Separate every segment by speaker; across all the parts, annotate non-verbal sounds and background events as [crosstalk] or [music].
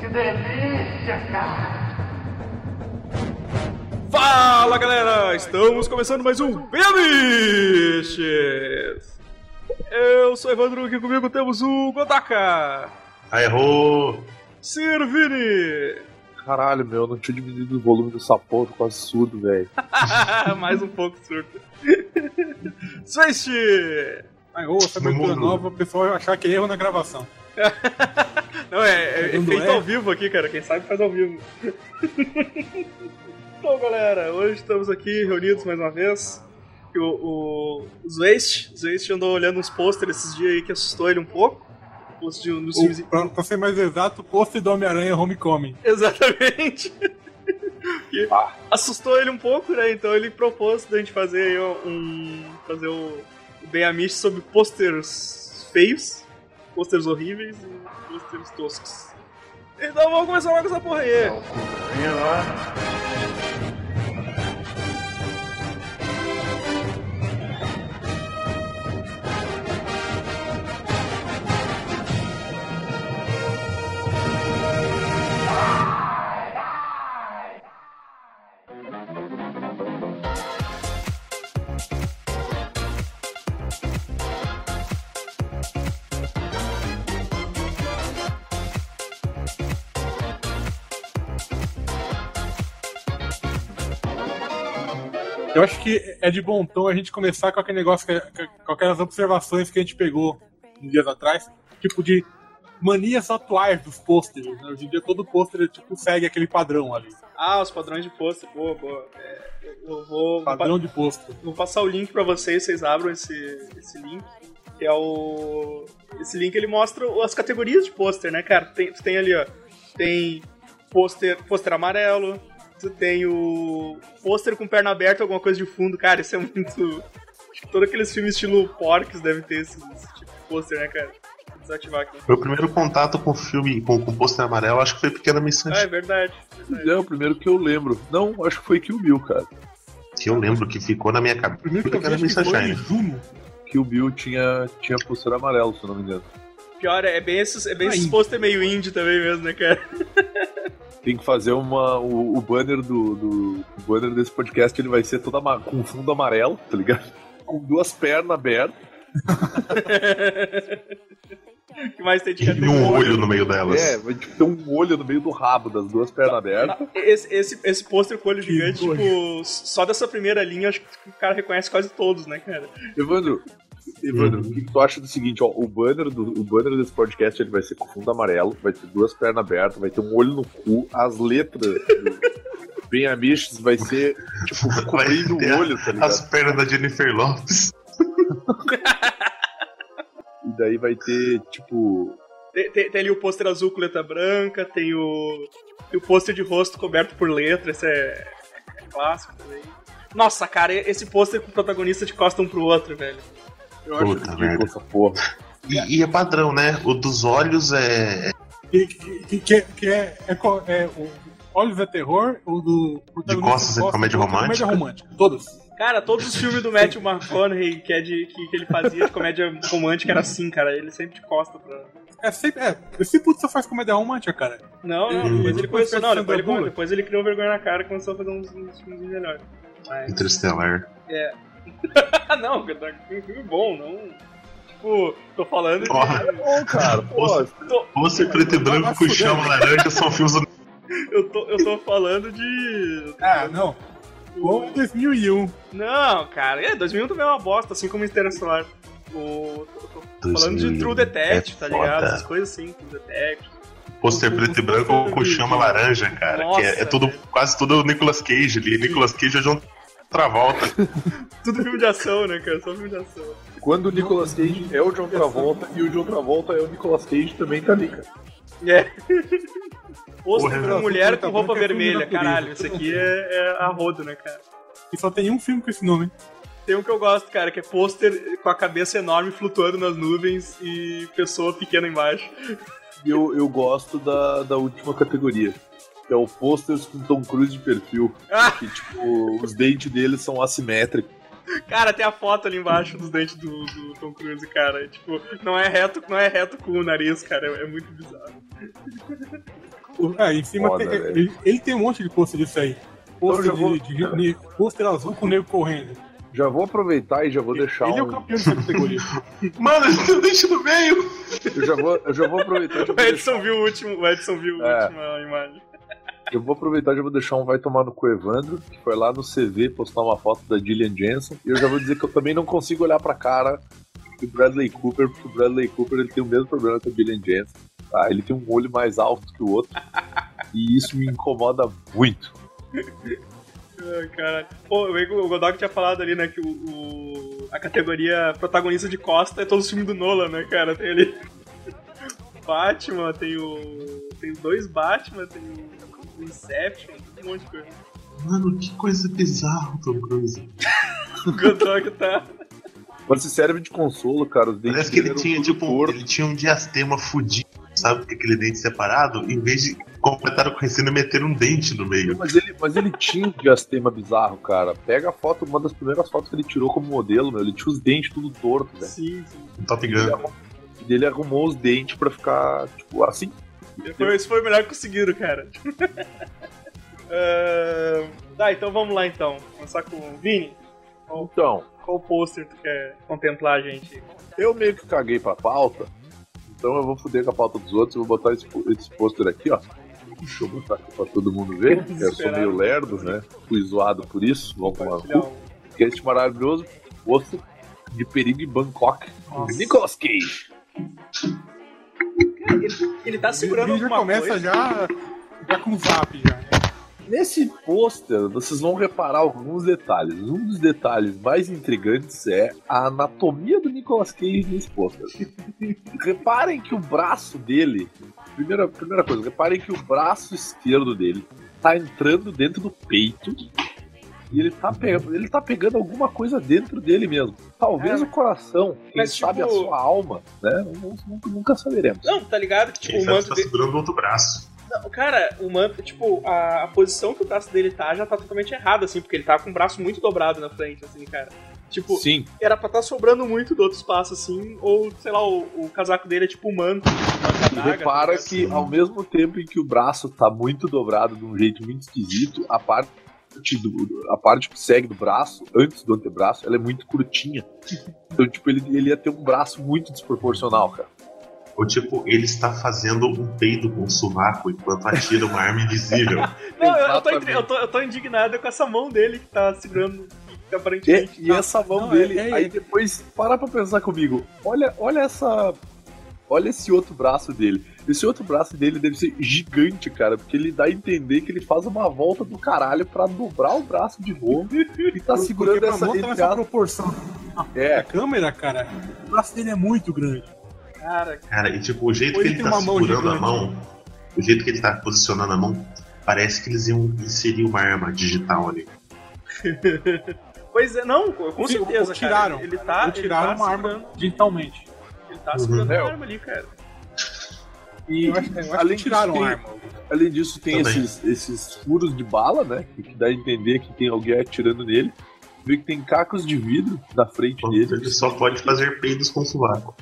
Speaker 1: Que delícia, cara!
Speaker 2: Fala galera, estamos começando mais um Bebiches! Eu sou Evandro e comigo temos o Godaka,
Speaker 3: Aí, errou!
Speaker 2: Sirvini,
Speaker 4: Caralho, meu, eu não tinha diminuído o volume dessa porra, tô quase surdo, velho.
Speaker 2: [laughs] mais um pouco [laughs] surto, Swish,
Speaker 5: Aí, ô, essa abertura
Speaker 3: mundo.
Speaker 5: nova, o pessoal vai achar que é erro na gravação.
Speaker 2: Não, é, é, é
Speaker 5: Não
Speaker 2: feito
Speaker 5: é?
Speaker 2: ao vivo aqui, cara. Quem sabe faz ao vivo. [laughs] então, galera, hoje estamos aqui reunidos mais uma vez. E O, o Zwest, Zwest andou olhando uns pôsteres esses dias aí que assustou ele um pouco. Pôster de um dos filmes.
Speaker 5: O, pra, pra ser mais exato, o post do Homem-Aranha [laughs] Homecoming.
Speaker 2: Exatamente. Que assustou ele um pouco, né? Então ele propôs da gente fazer aí um. fazer o, o Bem Amish sobre posters feios, posters horríveis e posters toscos. Então vamos começar logo essa porra aí.
Speaker 3: Vem lá.
Speaker 5: Eu acho que é de bom tom a gente começar com aquele negócio, que, que, com aquelas observações que a gente pegou uns dias atrás, tipo de manias atuais dos pôsteres. né? Hoje em dia todo pôster tipo, segue aquele padrão ali.
Speaker 2: Ah, os padrões de pôster. Boa, boa. É, eu vou, vou, pa-
Speaker 5: Padrão de pôster.
Speaker 2: vou passar o link pra vocês, vocês abram esse, esse link. Que é o. Esse link ele mostra as categorias de pôster, né, cara? Tem, tu tem ali, ó. Tem pôster, pôster amarelo. Tu tem o. pôster com perna aberta, alguma coisa de fundo, cara. Isso é muito. Acho que todos aqueles filmes estilo Porks devem ter esse, esse tipo de pôster, né, cara? Vou desativar aqui.
Speaker 3: Meu primeiro contato com o filme, com com o pôster amarelo, acho que foi Pequena Miss
Speaker 2: Ah, é
Speaker 3: Sunshine.
Speaker 2: verdade. verdade.
Speaker 4: É o primeiro que eu lembro. Não, acho que foi Kill Bill, cara.
Speaker 3: Que eu lembro que ficou na minha cabeça.
Speaker 5: Primeiro que eu
Speaker 3: Pequena
Speaker 5: vi
Speaker 3: Miss
Speaker 5: acho que foi em
Speaker 3: Sunshine.
Speaker 5: Juno.
Speaker 4: Kill Bill tinha, tinha pulseira amarelo, se eu não me engano.
Speaker 2: Pior, é é bem esses, é bem esses
Speaker 5: Ai.
Speaker 2: pôster meio indie também mesmo, né, cara? [laughs]
Speaker 4: Tem que fazer uma. O, o banner do, do- O banner desse podcast ele vai ser todo ama- com fundo amarelo, tá ligado? Com duas pernas abertas.
Speaker 2: O que mais tem de
Speaker 3: E um olho no meio delas.
Speaker 4: É, vai tipo, ter um olho no meio do rabo das duas pernas abertas.
Speaker 2: Ah, Esse, esse, esse pôster com olho
Speaker 5: Que
Speaker 2: gigante,
Speaker 5: coisa.
Speaker 2: tipo, só dessa primeira linha, acho que o cara reconhece quase todos, né, cara?
Speaker 4: Evandro, Evandro,
Speaker 3: Uhum.
Speaker 4: o que que tu acha do seguinte, ó, o banner, do, o banner desse podcast ele vai ser com fundo amarelo, vai ter duas pernas abertas, vai ter um olho no cu, as letras do Bem Amiches vai ser,
Speaker 3: [laughs]
Speaker 4: tipo, cobrindo
Speaker 3: ter
Speaker 4: o olho, tá ligado?
Speaker 3: As pernas da Jennifer Lopes.
Speaker 4: E daí vai ter, tipo,
Speaker 2: Tem, tem- tem ali o pôster azul com letra branca, tem o, tem o pôster de rosto coberto por letra, esse é, é clássico também. Nossa, cara, esse pôster com o protagonista de costa um pro outro, velho.
Speaker 4: eu acho
Speaker 3: Puta
Speaker 4: ridículo
Speaker 3: merda.
Speaker 4: essa porra.
Speaker 3: E, e é padrão, né? O dos olhos é
Speaker 5: Que, que, que, que é, é, co- é o Olhos é Terror, o do. protagonista
Speaker 3: costas é comédia
Speaker 5: o outro
Speaker 3: romântica?
Speaker 5: Comédia romântica. Todos.
Speaker 2: Cara, todos os filmes do [laughs] Matthew McConaughey que, é de, que, que ele fazia de comédia romântica era assim, cara. Ele sempre de costa pra.
Speaker 5: É sempre. É, esse puto só faz comédia romântica, cara.
Speaker 2: Não, não,
Speaker 3: Hum.
Speaker 2: depois ele começou. Não, depois ele,
Speaker 5: Sandra Bullock.
Speaker 2: depois ele criou vergonha na cara e começou a fazer uns, uns filmes melhores. Mas-
Speaker 3: interestelar.
Speaker 2: Ah, não, tá um filme bom, não. Tipo, tô falando de.
Speaker 3: Porra.
Speaker 4: Ô, cara, pô,
Speaker 3: Pôster preto e branco
Speaker 5: vai
Speaker 3: com
Speaker 5: fuder.
Speaker 3: chama laranja são filmes do.
Speaker 2: Eu tô, eu tô falando de.
Speaker 5: Ah, não. Bom é 2001.
Speaker 2: Não, cara, é, 2001 também é uma bosta, assim como Interestelar. O... Tô falando de
Speaker 3: 2000.
Speaker 2: True Detective, tá
Speaker 3: É
Speaker 2: ligado?
Speaker 3: foda.
Speaker 2: Essas coisas assim, True Detective.
Speaker 3: Pôster preto e branco com chama laranja, cara. que é, é
Speaker 2: Nossa,
Speaker 3: tudo,
Speaker 2: velho.
Speaker 3: quase tudo Nicolas Cage ali. Nicolas Cage é John
Speaker 5: [laughs]
Speaker 3: Travolta.
Speaker 2: Tudo filme de ação, né, cara? Só filme de ação.
Speaker 4: quando o Nicolas Cage é o John Travolta e o John Travolta é o Nicolas Cage também tá ali, cara.
Speaker 2: É. Posto
Speaker 3: Porra,
Speaker 2: pra
Speaker 3: Renato,
Speaker 2: mulher com
Speaker 5: tá
Speaker 2: roupa
Speaker 5: bom que é filme de
Speaker 2: vermelha,
Speaker 5: natureza.
Speaker 2: caralho. Isso aqui é, é a rodo, né, cara?
Speaker 5: E só tem um filme com esse nome, hein?
Speaker 2: Tem um que eu gosto, cara, que é pôster com a cabeça enorme flutuando nas nuvens e pessoa pequena embaixo.
Speaker 4: E eu, eu gosto da, da última categoria. Que é o posters com Tom Cruise de perfil.
Speaker 2: Ah!
Speaker 4: Que, tipo, os dentes dele são assimétricos.
Speaker 2: Cara, tem a foto ali embaixo dos dentes do, do Tom Cruise, cara. É, Tipo, não é reto, não é reto com o nariz, cara. É, é muito bizarro.
Speaker 5: O- É, em cima
Speaker 4: Foda,
Speaker 5: tem-
Speaker 4: velho.
Speaker 5: ele, ele tem um monte de pôster disso aí. Pôster
Speaker 4: Então eu já
Speaker 5: de, de- de- pôster azul com o nego correndo.
Speaker 4: Já vou aproveitar e já vou deixar
Speaker 5: ele é o
Speaker 4: um.
Speaker 5: campeão de
Speaker 4: [laughs]
Speaker 5: categoria.
Speaker 3: Mano, ele tem o dente no meio.
Speaker 4: Eu já vou, eu já vou aproveitar
Speaker 5: [laughs]
Speaker 4: e já
Speaker 5: É
Speaker 2: O
Speaker 4: vou deixar,
Speaker 2: Edson viu o último, o Edson viu a
Speaker 4: É.
Speaker 2: última imagem.
Speaker 4: eu vou aproveitar e já vou deixar um vai tomar no cu Evandro, que foi lá no CV postar uma foto da Gillian Jensen. E eu já vou dizer que eu também não consigo olhar pra cara do Bradley Cooper, porque o Bradley Cooper ele tem o mesmo problema que a Gillian Jensen. tá? Ele tem um olho mais alto que o outro. E isso me incomoda muito.
Speaker 2: Ai, Caralho. É, Pô, o o Godok tinha falado ali, né, que o, o- a categoria protagonista de Costa é todo o filme do Nolan, né, cara? Tem ali [laughs] Batman, tem o. Tem os dois Batman, tem o Inception, tem um monte de coisa.
Speaker 3: Mano, que coisa bizarra, Tom Cruise.
Speaker 2: O Godok tá.
Speaker 4: Mas se serve de consolo, cara, os dentes
Speaker 3: Parece que ele
Speaker 4: dele eram
Speaker 3: tinha,
Speaker 4: tudo
Speaker 3: tipo,
Speaker 4: torto.
Speaker 3: ele tinha um diastema fudido, sabe? Com aquele dente separado, em vez de completar o conhecimento, meteram um dente no meio.
Speaker 4: Mas ele, mas ele tinha um diastema bizarro, cara. Pega a foto, uma das primeiras fotos que ele tirou como modelo, meu. Ele tinha os dentes tudo torto, velho.
Speaker 2: Sim, sim.
Speaker 3: Um Top
Speaker 4: Ele,
Speaker 3: Gun.
Speaker 4: arrum- ele arrumou os dentes pra ficar, tipo, assim.
Speaker 2: Foi, isso foi o melhor que conseguiram, cara. [laughs] Ah, Tá, então vamos lá então. Começar com o Vini.
Speaker 4: Então,
Speaker 2: Qual pôster tu quer contemplar, gente?
Speaker 4: eu meio que caguei pra pauta. Então eu vou foder com a pauta dos outros e vou botar esse, po- esse pôster aqui, ó. Deixa eu botar aqui pra todo mundo ver. que Eu sou meio lerdo, né? Fui zoado por isso. Vamos tomar no
Speaker 2: Compartilhar
Speaker 4: cu.
Speaker 2: um.
Speaker 4: Que é este maravilhoso pôster de perigo em Bangkok.
Speaker 2: Nossa.
Speaker 4: Nicolas Cage.
Speaker 2: Ele, ele tá segurando
Speaker 5: ele já
Speaker 2: alguma
Speaker 5: começa
Speaker 2: coisa.
Speaker 5: já, já com o zap já. né?
Speaker 4: Nesse pôster, vocês vão reparar alguns detalhes. Um dos detalhes mais intrigantes é a anatomia do Nicolas Cage nesse
Speaker 2: [laughs]
Speaker 4: pôster. reparem que o braço dele. Primeira, primeira coisa, reparem que o braço esquerdo dele tá entrando dentro do peito. E ele tá, pe- ele tá pegando alguma coisa dentro dele mesmo. Talvez
Speaker 2: É,
Speaker 4: o coração, quem
Speaker 2: mas,
Speaker 4: sabe a
Speaker 2: tipo-
Speaker 4: sua alma, né? Nunca- Nunca, nunca saberemos.
Speaker 2: Não, tá ligado? Que, tipo,
Speaker 3: Quem
Speaker 2: o
Speaker 3: sabe
Speaker 2: manto
Speaker 3: tá
Speaker 2: dele.
Speaker 3: segurando o outro braço.
Speaker 2: Não, Cara, o manto, tipo, a, a posição que o braço dele tá já tá totalmente errada, assim, porque ele tá com o braço muito dobrado na frente, assim, cara. Tipo,
Speaker 4: Sim,
Speaker 2: era pra tá sobrando muito do outro espaço, assim, ou, sei lá, o, o casaco dele é tipo um manto. uma
Speaker 4: E
Speaker 2: cadaga,
Speaker 4: repara
Speaker 5: né?
Speaker 2: tá ligado?
Speaker 4: que ao mesmo tempo em que o braço tá muito dobrado de um jeito muito esquisito, a parte do- a parte que segue do braço, antes do antebraço, ela é muito curtinha. Então, tipo, ele, ele ia ter um braço muito desproporcional, cara.
Speaker 3: Ou tipo, ele está fazendo um peido com o sovaco enquanto atira uma arma
Speaker 5: [laughs]
Speaker 3: invisível.
Speaker 2: Não, eu, eu tô,
Speaker 4: Exatamente.
Speaker 2: intri- eu, tô, eu tô indignado com essa mão dele que tá segurando, que
Speaker 4: E,
Speaker 2: aparentemente. tá,
Speaker 4: e essa mão
Speaker 5: Não,
Speaker 4: dele,
Speaker 5: é- é-
Speaker 4: aí depois, para pra pensar comigo, olha, olha essa. Olha esse outro braço dele. Esse outro braço dele deve ser gigante, cara, porque ele dá a entender que ele faz uma volta do caralho pra dobrar o braço de
Speaker 5: [laughs]
Speaker 4: novo e tá
Speaker 5: Porque
Speaker 4: segurando
Speaker 5: pra
Speaker 4: essa,
Speaker 5: mostrar
Speaker 4: entre
Speaker 5: essa
Speaker 4: aspas,
Speaker 5: proporção
Speaker 4: É,
Speaker 5: da câmera, cara, o braço dele é muito grande.
Speaker 2: Cara,
Speaker 3: Cara, e tipo, o jeito
Speaker 5: Ou
Speaker 3: que
Speaker 5: ele
Speaker 3: ele
Speaker 5: tem
Speaker 3: tá
Speaker 5: uma mão
Speaker 3: segurando a
Speaker 5: gigante.
Speaker 3: mão, o jeito que ele tá posicionando a mão, parece que eles iam inserir uma arma digital ali.
Speaker 2: pois é, não, com
Speaker 5: Sim,
Speaker 2: certeza,
Speaker 5: ou tiraram.
Speaker 2: cara. Ele
Speaker 4: Ah,
Speaker 2: tá.
Speaker 5: Ou tiraram
Speaker 2: ele tá
Speaker 5: uma
Speaker 2: segurando-
Speaker 5: arma digitalmente.
Speaker 2: Ele tá segurando
Speaker 4: Uhum.
Speaker 2: uma arma ali, cara.
Speaker 4: E
Speaker 5: Eu acho, eu acho
Speaker 4: além
Speaker 5: que tiraram
Speaker 4: disso,
Speaker 5: a
Speaker 4: tem-
Speaker 5: arma.
Speaker 4: Além disso, tem
Speaker 3: Também.
Speaker 4: esses, esses furos de bala, né? Que que dá a entender que tem alguém atirando nele. Vê que tem cacos de vidro na frente dele.
Speaker 3: Ele só pode fazer peidos com o sovaco.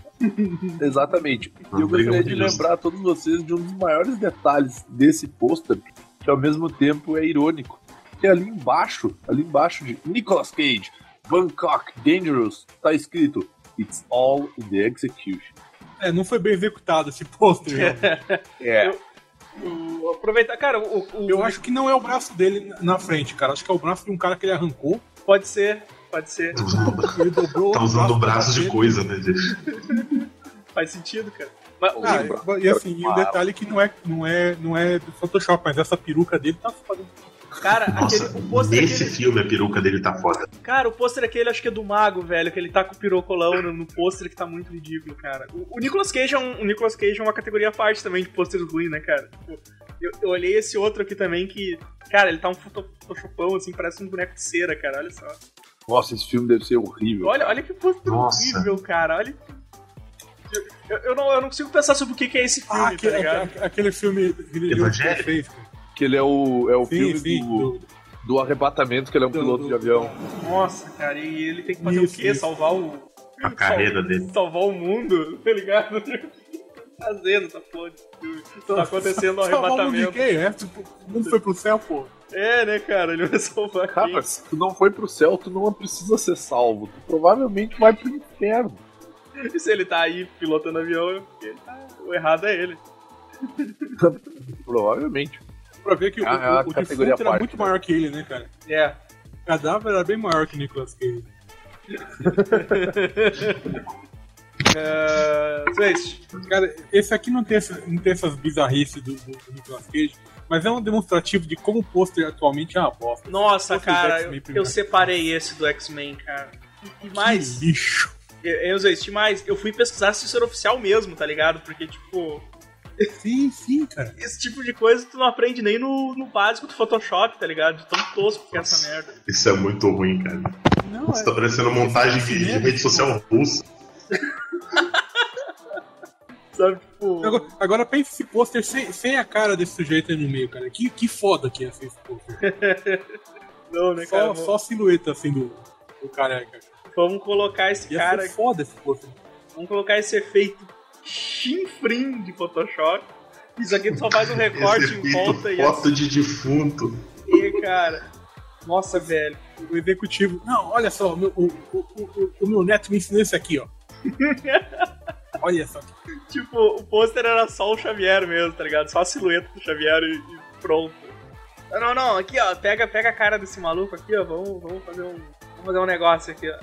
Speaker 4: Exatamente. E eu
Speaker 3: Não, bem
Speaker 4: gostaria de
Speaker 3: justo.
Speaker 4: lembrar a todos vocês de um dos maiores detalhes desse pôster, que ao mesmo tempo é irônico. Que ali embaixo, ali embaixo de Nicolas Cage, Bangkok, Dangerous, tá escrito It's all in the execution.
Speaker 5: É, não foi bem executado
Speaker 4: [laughs]
Speaker 5: esse pôster. realmente.
Speaker 4: É,
Speaker 2: O- aproveitar, cara, o, o-
Speaker 5: Eu acho que não é o braço dele na- na frente, cara. Acho que é o braço de um cara que ele arrancou.
Speaker 2: pode ser, pode ser,
Speaker 3: Tá
Speaker 5: [laughs]
Speaker 3: usando,
Speaker 5: Ele dobrou
Speaker 3: tá
Speaker 5: outro
Speaker 3: usando o braço de
Speaker 5: dele.
Speaker 3: coisa, né, gente?
Speaker 2: faz sentido, cara. Mas,
Speaker 5: Ah,
Speaker 4: Lembra?
Speaker 5: e assim, e o detalhe é que não é, não é, não é do Photoshop, mas essa peruca dele tá fazendo.
Speaker 2: cara,
Speaker 3: Nossa,
Speaker 2: aquele, o pôster
Speaker 3: nesse
Speaker 2: aquele,
Speaker 3: filme a peruca dele tá foda.
Speaker 2: cara, o pôster aquele acho que é do mago, velho, que ele tá com o pirocolão no, no pôster que tá muito ridículo, cara. O, o Nicolas Cage é um, o Nicolas Cage é uma categoria à parte também de pôster ruim, né, cara? Tipo, eu, eu olhei esse outro aqui também que, cara, ele tá um photo- photoshopão assim, parece um boneco de cera, cara, olha só.
Speaker 4: nossa, esse filme deve ser horrível.
Speaker 2: Olha, olha que pôster
Speaker 3: Nossa.
Speaker 2: horrível, cara. Olha que- eu, eu não, eu não consigo pensar sobre o que, que é esse filme,
Speaker 5: Ah,
Speaker 2: tá
Speaker 5: aquele,
Speaker 2: ligado?
Speaker 5: aque- aquele filme que ele
Speaker 3: Evangelho?
Speaker 5: fez. cara.
Speaker 4: Que ele é o, é o
Speaker 5: Sim,
Speaker 4: filme
Speaker 5: sim.
Speaker 4: do...
Speaker 5: do-
Speaker 4: do arrebatamento que ele é um piloto de avião.
Speaker 2: Nossa, cara, e ele tem que fazer
Speaker 5: Isso,
Speaker 2: o quê?
Speaker 5: isso.
Speaker 2: Salvar o.
Speaker 3: A carreira dele.
Speaker 2: Salvar o mundo, [laughs] tá ligado? Fazendo essa porra de filme. Tá acontecendo um
Speaker 5: Salvar o mundo de
Speaker 2: arrebatamento.
Speaker 5: quem, né? Tipo, o mundo foi pro céu, pô.
Speaker 2: É, né, cara? Ele vai salvar
Speaker 4: Cara, se tu não foi pro céu, tu não precisa ser salvo. Tu provavelmente vai pro inferno.
Speaker 2: quem? E se ele tá aí pilotando avião, é porque ele tá- o errado é ele.
Speaker 4: Provavelmente.
Speaker 5: Pra ver que o,
Speaker 4: Ah, é uma
Speaker 5: o, o
Speaker 4: categoria
Speaker 5: defunto
Speaker 4: à
Speaker 5: era
Speaker 4: parte,
Speaker 5: muito
Speaker 4: né?
Speaker 5: maior que ele, né, cara?
Speaker 2: É.
Speaker 5: O cadáver era bem maior que o Nicolas Cage.
Speaker 2: Ah, Gente,
Speaker 5: Cara, esse aqui não tem, essa- não tem essas bizarrices do, do, do Nicolas Cage, mas é um demonstrativo de como o pôster atualmente é uma bosta.
Speaker 2: nossa,
Speaker 5: Vou fazer o
Speaker 2: cara,
Speaker 5: X-Men
Speaker 2: eu,
Speaker 5: primeiro.
Speaker 2: eu separei esse do X-Men, cara. E mais,
Speaker 5: Que lixo.
Speaker 2: eu, eu, gente, mais, eu fui pesquisar se isso era oficial mesmo, tá ligado? Porque, tipo,
Speaker 5: Sim, sim, cara.
Speaker 2: esse tipo de coisa tu não aprende nem no, no básico do Photoshop, tá ligado? De tão tosco que é essa merda.
Speaker 3: Isso é muito ruim, cara.
Speaker 5: Não, é-
Speaker 3: Isso tá parecendo
Speaker 2: é
Speaker 3: montagem de, de rede social russa.
Speaker 2: Sabe, tipo.
Speaker 5: Agora, agora pensa esse pôster sem, sem a cara desse sujeito aí no meio, cara. Que, que foda que ia ser esse pôster.
Speaker 2: Não, né, cara?
Speaker 5: Só,
Speaker 2: Vamos-
Speaker 5: só a silhueta, assim, do, do careca.
Speaker 2: Vamos colocar esse
Speaker 5: Ia
Speaker 2: cara
Speaker 5: ser foda esse pôster.
Speaker 2: Vamos colocar esse efeito chinfrim de Photoshop. Isso aqui tu só faz um recorte
Speaker 3: Esse
Speaker 2: em
Speaker 3: efeito,
Speaker 2: volta e
Speaker 3: foto de defunto.
Speaker 2: assim, cara. Nossa, velho.
Speaker 5: O executivo. Não, olha só, meu- o, o, o, o- o meu neto me ensinou
Speaker 2: [laughs]
Speaker 5: isso aqui, ó. olha só.
Speaker 2: Tipo, o pôster era só o Xavier mesmo, tá ligado? Só a silhueta do Xavier e, e pronto. Ah, Não, não, aqui ó, pega, pega a cara desse maluco aqui, ó. Vamos, vamos fazer um. Vamos fazer um negócio aqui, ó.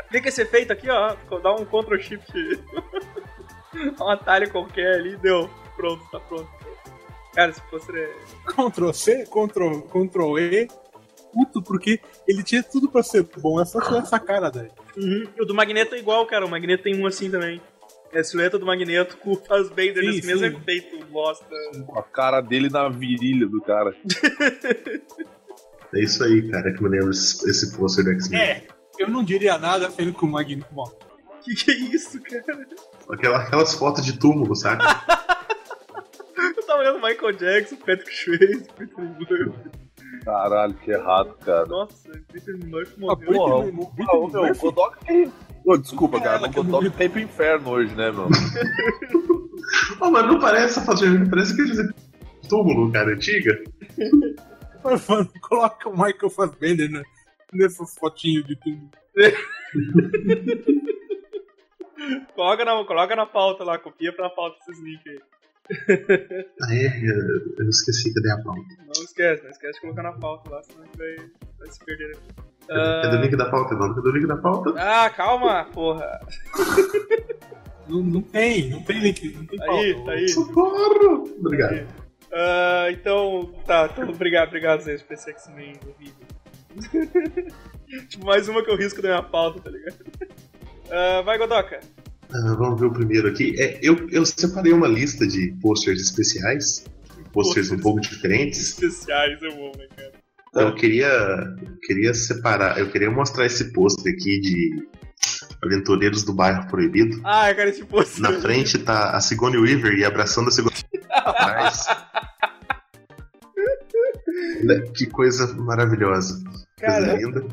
Speaker 2: Aplica esse efeito aqui, ó. Dá um Ctrl Shift. [laughs] dá um atalho qualquer ali, deu. Pronto, tá pronto. Cara, esse pôster é.
Speaker 5: Ctrl C, Ctrl, Ctrl E. Puto, porque ele tinha tudo pra ser bom, é só tirar essa cara, velho.
Speaker 2: Uhum. E O do Magneto é igual, cara. O Magneto tem um assim também. É a silhueta do Magneto com o Fassbender
Speaker 5: Sim,
Speaker 2: nesse mesmo
Speaker 5: sim.
Speaker 2: efeito bosta.
Speaker 4: A cara dele na virilha do cara.
Speaker 3: É isso aí, cara, que me lembra esse, esse pôster do X-Men.
Speaker 5: É, eu não diria nada sendo que o Magneto. Bom,
Speaker 2: Que que é isso, cara?
Speaker 3: Aquela, aquelas fotos de túmulo, [laughs] saca?
Speaker 2: Eu tava olhando Michael Jackson, Patrick Swayze, Peter Murphy.
Speaker 4: Caralho, que errado, cara.
Speaker 2: Nossa, Peter Murphy
Speaker 5: Ah,
Speaker 2: morreu.
Speaker 4: Porra,
Speaker 5: Porra, o-
Speaker 4: o,
Speaker 5: ah, o- meu, o
Speaker 4: Godok tem. desculpa,
Speaker 5: cara,
Speaker 4: cara,
Speaker 5: mas
Speaker 4: mas
Speaker 5: o
Speaker 4: o
Speaker 5: Godok
Speaker 4: Godok tem pro inferno hoje, né, meu?
Speaker 3: Ah, mas não parece essa foto de parece aquele túmulo, cara, antiga.
Speaker 5: mano, [laughs] coloca o Michael Fassbender né, nessas fotinhas de tudo.
Speaker 2: Coloca, na, coloca na pauta lá, copia pra pauta esses links aí.
Speaker 3: Ah, é, eu eu esqueci que eu dei a pauta.
Speaker 2: Não esquece, não esquece de colocar na pauta lá, senão a gente vai, vai se perder aqui.
Speaker 3: É do link da pauta, não? É do link da pauta?
Speaker 2: Ah, calma, porra.
Speaker 5: Não, não tem, não tem link, não tem
Speaker 2: Aí,
Speaker 5: pauta.
Speaker 2: tá aí.
Speaker 3: Socorro! Obrigado.
Speaker 2: Ah, então, tá, então, obrigado, obrigado, Zé, por esse X-Men envolvido. [laughs] tipo, mais uma que eu risco da minha pauta, tá ligado? Ah, vai, Godoka.
Speaker 3: Ah, vamos ver o primeiro aqui. É, eu, eu separei uma lista de posters especiais, posters um pouco diferentes. Então,
Speaker 2: Especiais, eu amo, né, cara?
Speaker 3: Eu queria, queria separar, eu queria mostrar esse pôster aqui de Aventureiros do Bairro Proibido.
Speaker 2: Ah, cara, esse pôster.
Speaker 3: Na frente tá a Sigourney Weaver e abraçando a Sigourney atrás. Olha, Que coisa maravilhosa. Coisa
Speaker 2: [laughs] Cara,
Speaker 3: linda.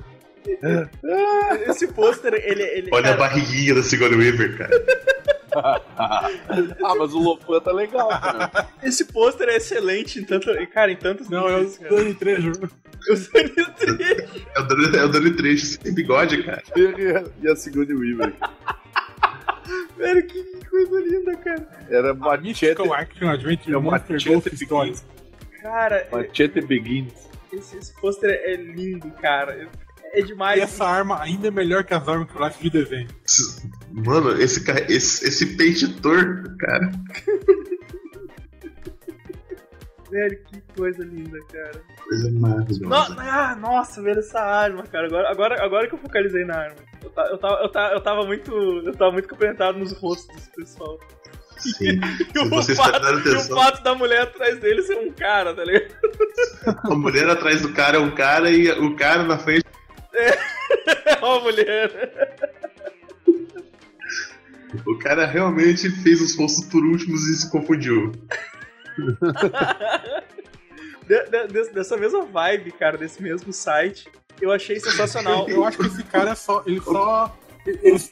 Speaker 2: esse pôster, ele. ele
Speaker 3: Olha a
Speaker 2: cara,
Speaker 3: barriguinha da Sigourney Weaver, cara.
Speaker 4: ah, mas o Lopan tá legal, cara. [laughs]
Speaker 2: esse pôster é excelente em tanto. Cara, em tantos.
Speaker 5: Não, é
Speaker 2: níveis,
Speaker 5: o
Speaker 2: cara.
Speaker 5: Danny Trejo.
Speaker 2: Eu sei nem o
Speaker 3: [laughs]
Speaker 2: trecho.
Speaker 3: É o Dani, é o Dani Trejo sem bigode, cara.
Speaker 4: E a- e a Sigourney Weaver.
Speaker 2: Velho, que coisa linda, cara.
Speaker 4: Era Machete,
Speaker 5: Magical Action Adventure
Speaker 4: É o
Speaker 5: Monster
Speaker 4: Machete
Speaker 5: Ghost
Speaker 4: Begins.
Speaker 5: Stories.
Speaker 2: Cara,
Speaker 4: Machete Begins.
Speaker 2: esse, esse pôster é lindo, cara. É
Speaker 5: E
Speaker 2: demais.
Speaker 5: essa arma ainda é melhor que as armas que eu acho de desenho.
Speaker 3: Esse- Mano, esse, ca- esse, esse peixe torto, cara.
Speaker 2: Velho, que coisa linda, cara.
Speaker 3: Coisa maravilhosa.
Speaker 2: No- ah, nossa, velho, essa arma, cara. Agora, agora, agora que eu focalizei na arma. Eu, ta- eu, tava, eu, ta- eu tava muito. Eu tava muito complementado nos rostos desse pessoal. [laughs]
Speaker 3: Sim.
Speaker 2: E o,
Speaker 3: vocês prestaram
Speaker 2: fato, e o
Speaker 3: atenção.
Speaker 2: fato da mulher atrás dele ser um cara, tá ligado? [laughs]
Speaker 3: A mulher atrás do cara é um cara e o cara na frente.
Speaker 2: É uma mulher.
Speaker 3: O cara realmente fez os rostos por últimos e se confundiu.
Speaker 2: de- de- des- dessa mesma vibe, cara, desse mesmo site, eu achei
Speaker 4: [laughs]
Speaker 2: sensacional.
Speaker 5: Eu acho que esse cara só. Ele só. Ele só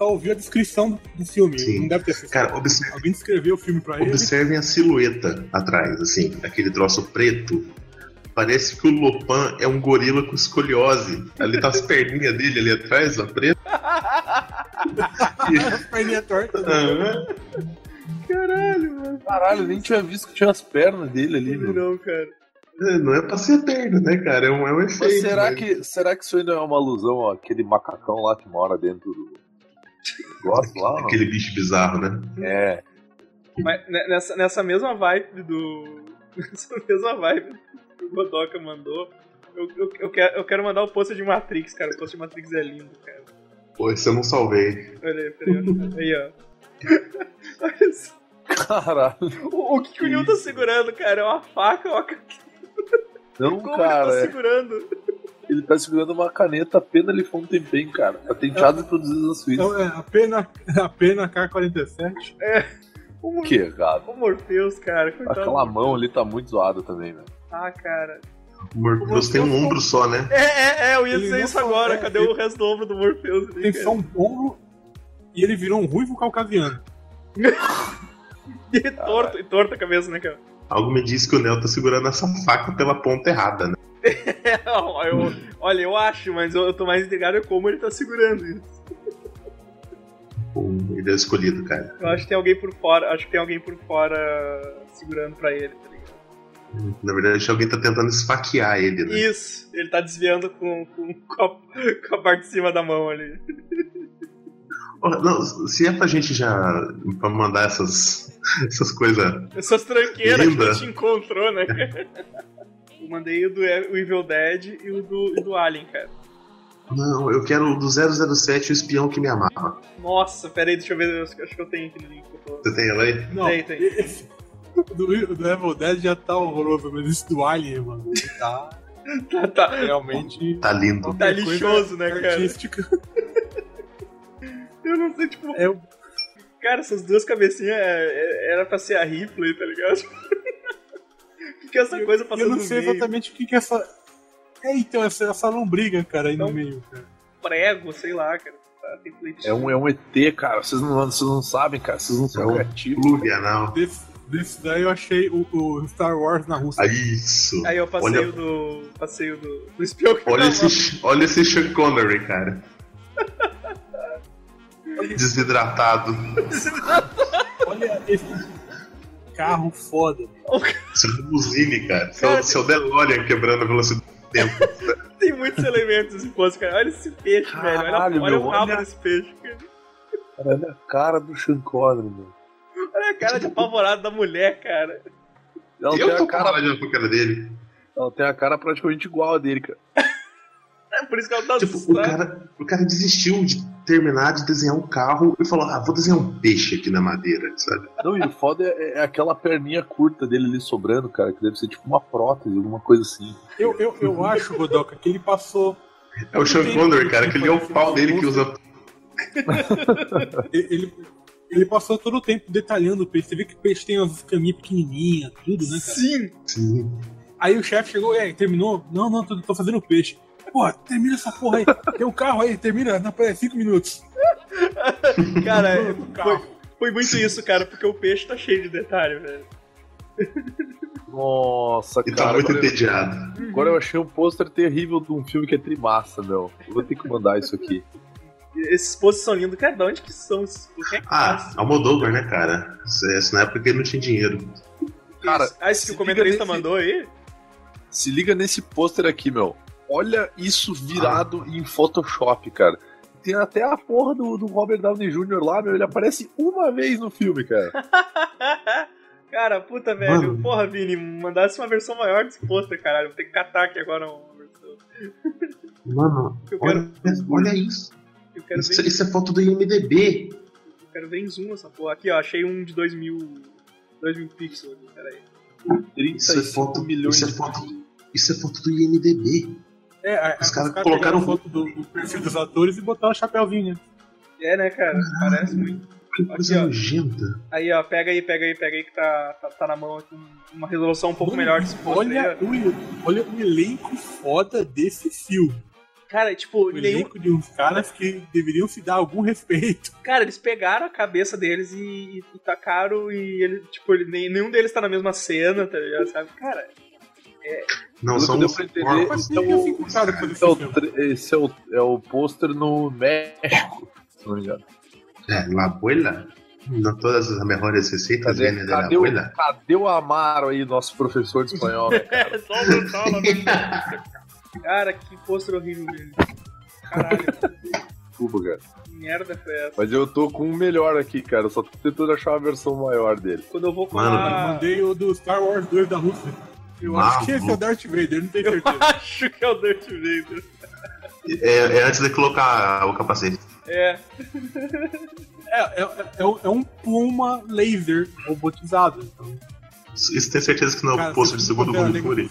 Speaker 5: ouviu a descrição do filme.
Speaker 3: Sim.
Speaker 5: Não deve ter assistido.
Speaker 3: Cara, observe-
Speaker 5: Alguém descreveu o filme pra ele.
Speaker 3: observem a silhueta atrás, assim, aquele troço preto. Parece que o Lopan é um gorila com escoliose. Ali tá as perninhas dele ali atrás, ó, preto.
Speaker 5: Perninha torta.
Speaker 4: né?
Speaker 3: Ah,
Speaker 2: Caralho, mano.
Speaker 4: Caralho, eu nem tinha visto que tinha as pernas dele ali, velho.
Speaker 2: Não, cara.
Speaker 3: Não é pra ser perna, né, cara? É um, é um
Speaker 4: Mas
Speaker 3: efeito.
Speaker 4: será,
Speaker 3: né?
Speaker 4: que, será que isso ainda é uma alusão àquele macacão lá que mora dentro do negócio lá? ó?
Speaker 3: Aquele bicho bizarro, né?
Speaker 4: É.
Speaker 2: Mas ne- nessa, nessa mesma vibe do. [laughs] Nessa mesma vibe que o Godoka mandou. Eu, eu, eu quero, eu quero mandar o pôster de Matrix, cara. O pôster de Matrix é lindo, cara.
Speaker 3: Pô, esse eu não salvei.
Speaker 2: Olha aí, peraí. ó. Aí, ó. [laughs] Olha isso.
Speaker 4: Caralho.
Speaker 2: O, o que, que o Neil tá segurando, cara? É uma faca, ó.
Speaker 4: Não,
Speaker 2: Como ele tá
Speaker 4: cara. é-
Speaker 2: segurando?
Speaker 4: Ele tá segurando uma caneta apenas ele foi um tempem, cara. Patenteado e produzido na Suíça.
Speaker 5: Então, é, a pena, [laughs] a pena K-47.
Speaker 2: O, Mor-
Speaker 4: Que, cara?
Speaker 2: o Morpheus, cara. Coitado.
Speaker 4: Aquela mão ali tá muito zoada também, velho.
Speaker 2: Ah, cara.
Speaker 3: O Morpheus tem um ombro só, né?
Speaker 2: É, é, é, eu ia
Speaker 5: Ele
Speaker 2: dizer
Speaker 5: não
Speaker 2: isso
Speaker 5: só-
Speaker 2: agora.
Speaker 5: é,
Speaker 2: Cadê
Speaker 5: ele-
Speaker 2: o resto do ombro do Morpheus? ali,
Speaker 5: Tem
Speaker 2: cara?
Speaker 5: só um ombro e ele virou um ruivo caucasiano. um
Speaker 2: E [laughs] torto, e torto a cabeça, né, cara? [laughs]
Speaker 3: Algo me diz que o Neo tá segurando essa faca pela ponta errada, né?
Speaker 2: É, ó, eu- olha, eu acho, mas eu, eu tô mais intrigado é como ele tá segurando isso.
Speaker 3: Pô, Ele é o escolhido, cara.
Speaker 2: Eu acho que tem alguém por fora, acho que tem alguém por fora segurando pra ele, tá ligado?
Speaker 3: Na verdade, acho que alguém tá tentando esfaquear ele, né?
Speaker 2: Isso, ele tá desviando com, com, com, a, com a parte de cima da mão ali.
Speaker 3: Ó, Não, se é pra gente já pra mandar essas, essas coisas.
Speaker 2: Essas tranqueiras que
Speaker 3: Linda.
Speaker 2: a gente encontrou, né? [laughs] cara? Eu mandei o do E- o Evil Dead e o do, e do Alien, cara.
Speaker 3: Não, eu quero o do 007 o espião que me amava.
Speaker 2: Nossa, peraí, deixa eu ver, eu acho que acho que eu tenho aqui no link que eu tô...
Speaker 3: Você tem ela aí?
Speaker 5: Não,
Speaker 2: Tem, tem.
Speaker 5: esse do, do Level 10 já tá horroroso, mas esse do Alien, mano, ele tá
Speaker 2: [laughs] Tá, tá.
Speaker 5: realmente.
Speaker 3: Tá lindo.
Speaker 2: Tá
Speaker 5: qualquer coisa
Speaker 2: lixoso, né, cara?
Speaker 5: artística.
Speaker 2: Eu não sei, tipo,
Speaker 5: É, o-
Speaker 2: Cara, essas duas cabecinhas é, é, era pra ser a Ripley, tá ligado? [laughs] Porque essa coisa Tá passando
Speaker 5: eu não
Speaker 2: no
Speaker 5: sei
Speaker 2: meio,
Speaker 5: exatamente o que, que é essa. É, então, essa, essa lombriga, cara, aí
Speaker 2: Não.
Speaker 5: no meio, cara.
Speaker 2: prego, sei lá, cara. Tá, tem flecha.
Speaker 4: É um, é um ET, cara. Vocês não, vocês não sabem, cara. Vocês não são
Speaker 3: É um
Speaker 4: criativos.
Speaker 3: Clube anal.
Speaker 5: Desse, desse daí eu achei o, o Star Wars na Rússia.
Speaker 3: Ah, Isso.
Speaker 2: Aí eu passei
Speaker 3: Olha-
Speaker 2: o do. Passei o do. Do espião que
Speaker 3: Olha
Speaker 2: tava-
Speaker 3: esse, olha esse Sean Connery,
Speaker 2: [laughs]
Speaker 3: cara. Desidratado.
Speaker 5: Olha esse carro foda.
Speaker 3: Seu é limousine, cara. Seu, seu DeLorean quebrando a velocidade do tempo.
Speaker 2: Tem muitos elementos em posto, cara. Olha esse peixe, velho. Olha,
Speaker 4: Caralho,
Speaker 2: olha o
Speaker 4: meu,
Speaker 2: rabo
Speaker 4: olha-
Speaker 2: desse peixe, cara.
Speaker 4: Cara, olha a cara do Sean Connery, meu.
Speaker 2: Olha a cara de
Speaker 3: Tipo,
Speaker 2: apavorado da mulher, cara.
Speaker 4: Ela tem,
Speaker 3: Eu
Speaker 4: a
Speaker 3: tô com
Speaker 4: cara,
Speaker 3: raiva com a cara dele.
Speaker 4: ela tem a cara praticamente igual a dele, cara.
Speaker 2: É por isso que ela tá
Speaker 3: Tipo, o
Speaker 2: assustada.
Speaker 3: cara, o cara desistiu de terminar de desenhar um carro e falou: Ah, vou desenhar um peixe aqui na madeira, sabe?
Speaker 4: Não, e o foda é, é aquela perninha curta dele ali sobrando, cara, que deve ser tipo uma prótese, alguma coisa assim.
Speaker 5: Eu, eu, eu acho, Godoka, que ele passou.
Speaker 3: Uhum. É o Sean
Speaker 5: Tem-
Speaker 3: Connery, cara. Aquele é o
Speaker 5: tem-
Speaker 3: pau dele que usa.
Speaker 5: e- Ele, ele passou todo o tempo detalhando o peixe. Você vê que o peixe tem umas caminhas pequenininhas, tudo, né, cara?
Speaker 2: Sim!
Speaker 3: Sim.
Speaker 5: Aí o chefe chegou, é, terminou? Não, não, tô, tô fazendo peixe. Pô, termina essa porra aí. Tem um carro aí, termina na praia, cinco minutos.
Speaker 3: [laughs]
Speaker 2: Cara, é-
Speaker 5: Um
Speaker 2: foi,
Speaker 5: carro.
Speaker 2: foi muito isso, cara, porque o peixe tá cheio de detalhe, velho.
Speaker 4: Nossa,
Speaker 3: E
Speaker 4: cara.
Speaker 3: tá muito
Speaker 4: agora,
Speaker 3: entediado.
Speaker 4: agora eu achei um pôster terrível de um filme que é trimassa, meu. Eu vou ter que mandar isso aqui.
Speaker 2: E Esses postos são lindos, cara. De onde que são esses postos? Quem é que faz?
Speaker 3: Ah, Almodóvar, né, cara? Isso, é- isso na época que ele não tinha dinheiro.
Speaker 4: Cara,
Speaker 2: Isso. ah, esse que
Speaker 4: se
Speaker 2: o comentarista
Speaker 4: liga nesse-
Speaker 2: mandou aí? [laughs]
Speaker 4: Se liga nesse pôster aqui, meu. Olha isso
Speaker 3: Ah.
Speaker 4: virado em Photoshop, cara. Tem até a porra do, do Robert Downey Jr. lá, meu. Ele aparece uma vez no
Speaker 3: [laughs]
Speaker 4: filme, cara.
Speaker 2: cara, puta, velho.
Speaker 3: Mano.
Speaker 2: Porra, Vini, mandasse uma versão maior desse pôster, caralho. Vou ter que catar aqui agora uma versão.
Speaker 3: Mano,
Speaker 2: Eu quero,
Speaker 3: olha, olha isso.
Speaker 2: eu quero,
Speaker 3: Isso,
Speaker 2: ver,
Speaker 3: isso é foto do IMDB.
Speaker 2: eu quero ver em zoom essa porra. Aqui, ó, achei um de 2000, 2000 pixels. aqui, Peraí.
Speaker 3: Isso é
Speaker 4: 35
Speaker 3: foto,
Speaker 4: milhões
Speaker 3: isso é
Speaker 4: de
Speaker 3: foto, isso é foto do IMDB.
Speaker 5: É, a- a-
Speaker 3: Os caras
Speaker 5: pegaram
Speaker 3: colocaram-
Speaker 5: foto do, do perfil dos atores e botaram o chapéuzinho, né?
Speaker 3: Ah.
Speaker 2: É, né, cara? Parece muito.
Speaker 3: Que coisa
Speaker 2: Aqui, ó.
Speaker 3: nojenta.
Speaker 2: Aí, ó, pega aí, pega aí, pega aí que tá, tá, tá na mão aqui um- uma resolução um pouco melhor desse pôster
Speaker 5: olha,
Speaker 2: aí. ó.
Speaker 5: o, olha o elenco foda desse filme.
Speaker 2: Cara, tipo,
Speaker 5: O
Speaker 2: nenhum.
Speaker 5: elenco de uns caras que deveriam se dar algum respeito.
Speaker 2: Cara, eles pegaram a cabeça deles e, e, e tacaram e ele, tipo, ele, nem- nenhum deles tá na mesma cena, tá ligado? Sabe? Cara,
Speaker 3: Não,
Speaker 4: Pelo
Speaker 3: são
Speaker 4: que deu
Speaker 3: uns
Speaker 4: pra entender,
Speaker 3: porcos.
Speaker 5: Mas
Speaker 4: Então,
Speaker 5: tem que assim com o cara depois
Speaker 4: Esse é
Speaker 5: desse
Speaker 4: o,
Speaker 5: filme.
Speaker 4: tre- esse é o, é o pôster no México, se não me engano.
Speaker 3: É, la abuela. No todas as melhores receitas
Speaker 4: Cadê,
Speaker 3: vêm da
Speaker 4: é, cadê, o,
Speaker 3: abuela.
Speaker 4: cadê o Amaro aí, nosso professor de espanhol? né?
Speaker 2: é só o sala, né? [laughs] Cara, que pôster horrível dele. Caralho,
Speaker 4: [laughs] Desculpa, cara.
Speaker 2: que merda foi essa?
Speaker 4: Mas eu tô com um melhor aqui, cara. Eu só tô tentando achar a versão maior dele.
Speaker 2: Quando eu vou com
Speaker 3: Mano,
Speaker 5: Eu
Speaker 2: a...
Speaker 5: mandei o do Star Wars 2 da Rússia. Eu acho
Speaker 3: Ah,
Speaker 5: que esse é o Darth Vader, não tenho
Speaker 2: Eu
Speaker 5: certeza.
Speaker 2: [laughs] acho que é o Darth Vader.
Speaker 3: É, é antes de colocar o capacete.
Speaker 2: É,
Speaker 5: É, é, é, um- é um puma laser robotizado. Então,
Speaker 3: Isso tem certeza que não é
Speaker 5: Cara,
Speaker 3: o posto de
Speaker 5: você
Speaker 3: segundo
Speaker 5: pode
Speaker 3: volume
Speaker 5: pegar
Speaker 3: Fury.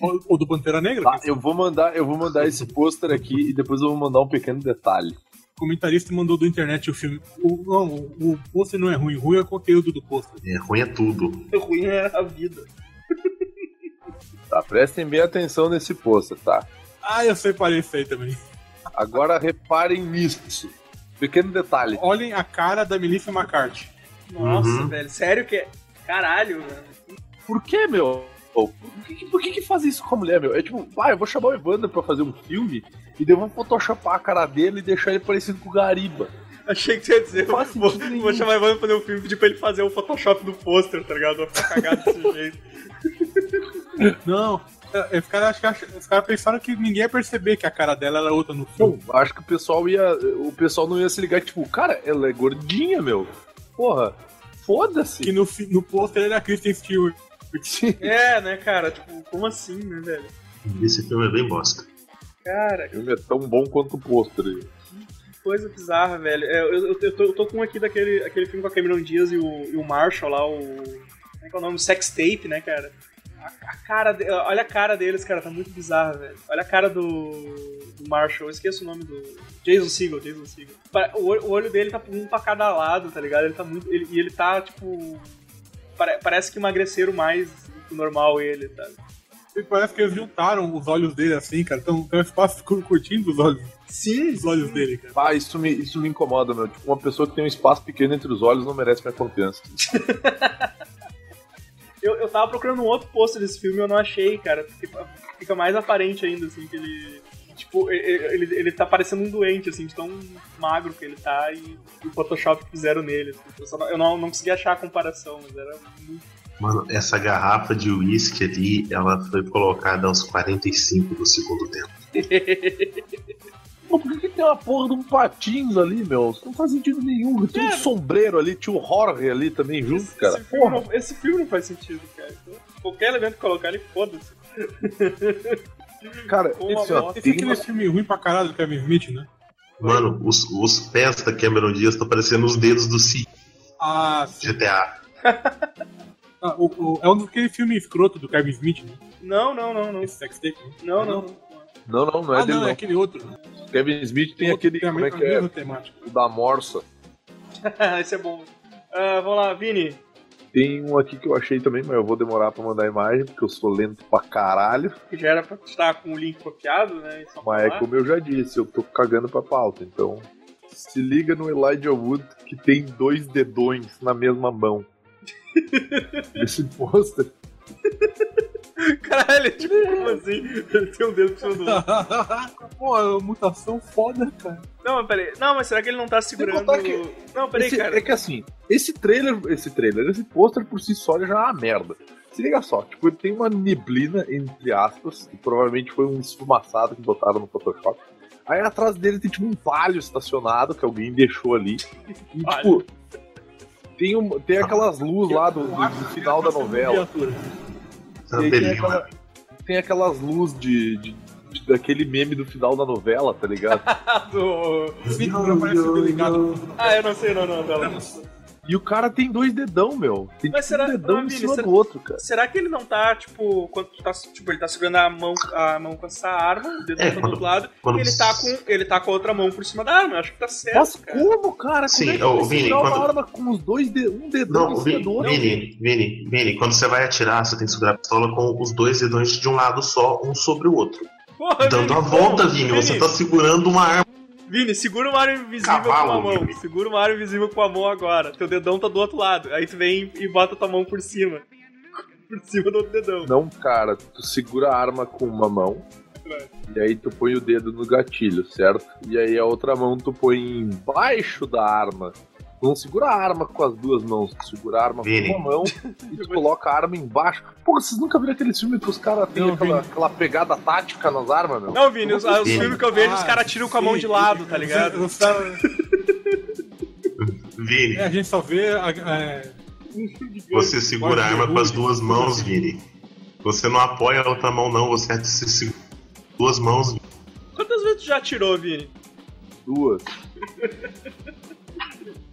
Speaker 5: ou, ou do Pantera Negra?
Speaker 4: Tá,
Speaker 5: que
Speaker 4: eu vou mandar, eu vou mandar esse pôster aqui e depois eu vou mandar um pequeno detalhe.
Speaker 5: O comentarista mandou do internet o filme. O, não, o, o pôster não é ruim, ruim é o conteúdo do pôster.
Speaker 3: É, ruim é tudo.
Speaker 2: ruim é a vida.
Speaker 4: Tá, prestem bem atenção nesse pôster, tá?
Speaker 5: Ah, eu separei isso aí também.
Speaker 4: Agora reparem nisso. Pequeno detalhe.
Speaker 5: Olhem a cara da Melissa McCarthy.
Speaker 2: Nossa,
Speaker 3: Uhum.
Speaker 2: velho, sério que é... Caralho, velho.
Speaker 4: Por que, meu? Por que, que- por que que faz isso com a mulher, meu? É tipo, ah, eu vou chamar o Evandro pra fazer um filme e daí eu vou photoshopar a cara dele e deixar ele parecido com o Gariba.
Speaker 2: Achei que você ia dizer, vou,
Speaker 4: Não faz
Speaker 2: vou,
Speaker 4: sentido nenhum.
Speaker 2: vou chamar o Ivan pra fazer um filme, pedir pra ele fazer o Photoshop do pôster, tá ligado? Vai ficar cagado [laughs] desse jeito.
Speaker 5: Não, é, é, os caras acho que ach- os caras pensaram que ninguém ia perceber que a cara dela era outra no filme.
Speaker 4: Então, acho que o pessoal ia. O pessoal não ia se ligar, tipo, cara, ela é gordinha, meu. Porra,
Speaker 5: Que
Speaker 4: foda-se.
Speaker 5: no, fi- no pôster era a Kristen Stewart.
Speaker 2: É, né, cara? Tipo, como assim, né, velho?
Speaker 3: Esse filme é bem bosta.
Speaker 2: Cara,
Speaker 4: O filme é tão bom quanto o pôster. aí.
Speaker 2: que coisa bizarra, velho. É, eu, eu- eu tô, eu tô com um aqui daquele aquele filme com a Cameron Diaz e o, e o Marshall lá, o. Como é que é o nome? Sex Tape, né, cara? A, a cara. de- olha a cara deles, cara, tá muito bizarra, velho. Olha a cara do. do Marshall, eu esqueço o nome do. Jason Segel, Jason Segel. Pa- O, olho- o olho dele tá um pra cada lado, tá ligado? Ele tá muito. ele- e ele tá, tipo. pare- parece que emagreceram mais do que o normal ele, tá? sabe?
Speaker 5: E parece que eles juntaram os olhos dele assim, cara. Então tem um espaço cur- curtinho dos olhos,
Speaker 2: Sim,
Speaker 5: dos olhos dele, cara.
Speaker 4: Ah, isso me, isso me incomoda, meu. Tipo, uma pessoa que tem um espaço pequeno entre os olhos não merece minha confiança.
Speaker 2: Eu, eu tava procurando um outro pôster desse filme e eu não achei, cara. Porque fica mais aparente ainda, assim, que ele. Tipo, ele, ele, ele tá parecendo um doente, assim, de tão magro que ele tá e, e o Photoshop que fizeram nele. assim. Eu, só não, eu não, não consegui achar a comparação, mas era muito.
Speaker 3: Mano, essa garrafa de uísque ali, ela foi colocada aos 45 do segundo tempo.
Speaker 4: Pô, por que, que tem uma porra de um patins ali, meu? Isso não faz sentido nenhum. Tem um sombreiro ali, tinha o Jorge ali também junto, cara.
Speaker 2: Esse, filme não, esse filme não faz sentido, cara. Então, qualquer elemento que colocar, ele foda-se.
Speaker 4: Cara,
Speaker 2: Uma
Speaker 4: esse, um ó,
Speaker 2: bosta.
Speaker 5: Esse é
Speaker 4: tem
Speaker 5: aquele
Speaker 4: uma...
Speaker 5: filme ruim pra caralho do Kevin Smith, né?
Speaker 3: Mano, os, os pés da Cameron Diaz estão parecendo os dedos do C
Speaker 5: Ah, sim.
Speaker 3: GTA.
Speaker 5: Ah, o- o- é um daquele filme escroto do Kevin Smith, né?
Speaker 2: Não, não, não, não.
Speaker 5: Esse sex tape. né?
Speaker 2: Não, não. não.
Speaker 4: Não, não, não é
Speaker 5: Ah,
Speaker 4: dele,
Speaker 5: não,
Speaker 4: não.
Speaker 5: é aquele outro. né?
Speaker 4: Kevin Smith tem
Speaker 5: Outro
Speaker 4: aquele,
Speaker 5: a
Speaker 4: como é
Speaker 5: mesma-
Speaker 4: que é?
Speaker 5: mesma [laughs] temática.
Speaker 4: O da morsa.
Speaker 2: [laughs] esse é bom. Ah, vamos lá, Vini.
Speaker 4: Tem um aqui que eu achei também, mas eu vou demorar pra mandar a imagem, porque eu sou lento pra caralho.
Speaker 2: Que já era pra estar com o link copiado, né? e só
Speaker 4: Mas é
Speaker 2: falar.
Speaker 4: como eu já disse, eu tô cagando pra pauta, então... Se liga no Elijah Wood, que tem dois dedões na mesma
Speaker 5: [laughs]
Speaker 4: mão. Esse pôster
Speaker 2: Caralho, tipo, como assim? [laughs] Ele tem um dedo pro seu
Speaker 5: [laughs]
Speaker 2: do outro.
Speaker 5: Pô, é uma mutação foda, cara.
Speaker 2: Não, mas peraí. Não, mas será que ele não tá segurando.
Speaker 4: contar que
Speaker 2: Não, peraí,
Speaker 4: Esse-
Speaker 2: cara.
Speaker 4: É que assim, esse trailer, esse trailer, esse pôster por si só ele já é uma merda. Se liga só, tipo, ele tem uma neblina, entre aspas, que provavelmente foi um esfumaçado que botaram no Photoshop. Aí atrás dele tem tipo um palio estacionado que alguém deixou ali. E tipo, tem, um, tem aquelas luzes lá do, do- do final da novela.
Speaker 3: Tá
Speaker 4: E aí tem,
Speaker 3: beleza.
Speaker 4: aquela- tem aquelas luzes de- de- de, daquele meme do final da novela, tá ligado?
Speaker 2: Ah, do-
Speaker 5: Sim, não parece o delegado.
Speaker 2: ah, eu não sei não, não, não.
Speaker 4: E o cara tem dois dedão, meu. Tem
Speaker 2: Mas
Speaker 4: tipo,
Speaker 2: será-
Speaker 4: um dedão em
Speaker 2: Ramiro,
Speaker 4: cima
Speaker 2: será-
Speaker 4: do outro, cara.
Speaker 2: Será que ele não tá, tipo, quando tu tá, tipo, ele tá segurando a mão, a mão com essa arma, o dedo
Speaker 3: É,
Speaker 2: tá do
Speaker 3: quando-
Speaker 2: outro lado,
Speaker 3: quando-
Speaker 2: e ele tá, com, ele tá com a outra mão por cima da arma, eu acho que tá certo,
Speaker 4: Mas
Speaker 2: cara.
Speaker 4: como, cara? Como
Speaker 3: Sim,
Speaker 4: é que
Speaker 3: ô,
Speaker 4: vai
Speaker 3: Vini,
Speaker 4: segurar uma
Speaker 3: quando-
Speaker 4: arma com os dois de... um dedão
Speaker 3: Não,
Speaker 4: em
Speaker 3: o
Speaker 4: cima
Speaker 5: é
Speaker 3: Vini,
Speaker 4: do outro?
Speaker 3: Vini, Vini, Vini, quando você vai atirar, você tem que segurar a pistola com os dois dedões de um lado só, um sobre o outro.
Speaker 2: Porra,
Speaker 3: Dando
Speaker 2: bom,
Speaker 3: a volta, Vini, você tá segurando uma arma.
Speaker 2: Vini, segura uma arma invisível
Speaker 3: Cavalo,
Speaker 2: com a mão.
Speaker 3: Vini.
Speaker 2: Segura uma arma invisível com a mão agora. Teu dedão tá do outro lado. Aí tu vem e bota tua mão por cima. [laughs] Por cima do outro dedão.
Speaker 4: Não, cara, tu segura a arma com uma mão. E aí tu põe o dedo no gatilho, certo? E aí a outra mão tu põe embaixo da arma. Tu não segura a arma com as duas mãos, tu segura a arma
Speaker 3: Vini.
Speaker 4: com uma [laughs] mão e tu coloca a arma embaixo. Pô, vocês nunca viram aquele filme que os caras têm
Speaker 5: Não,
Speaker 4: aquela,
Speaker 5: Vini.
Speaker 4: aquela pegada tática nas armas, meu?
Speaker 2: Não, Vini, os, os
Speaker 3: Vini.
Speaker 2: filmes que eu vejo, os
Speaker 5: Ah,
Speaker 2: caras tiram com a mão de
Speaker 5: sim.
Speaker 2: lado, tá ligado?
Speaker 5: Os caras-
Speaker 3: Vini,
Speaker 5: é, a gente só vê. a- é,
Speaker 3: você segura a
Speaker 5: Pode
Speaker 3: arma
Speaker 5: ser
Speaker 3: com as
Speaker 5: ruim.
Speaker 3: duas mãos, Vini. Você não apoia a outra mão, não, você se segura com duas mãos.
Speaker 2: Quantas vezes tu já atirou, Vini?
Speaker 4: Duas.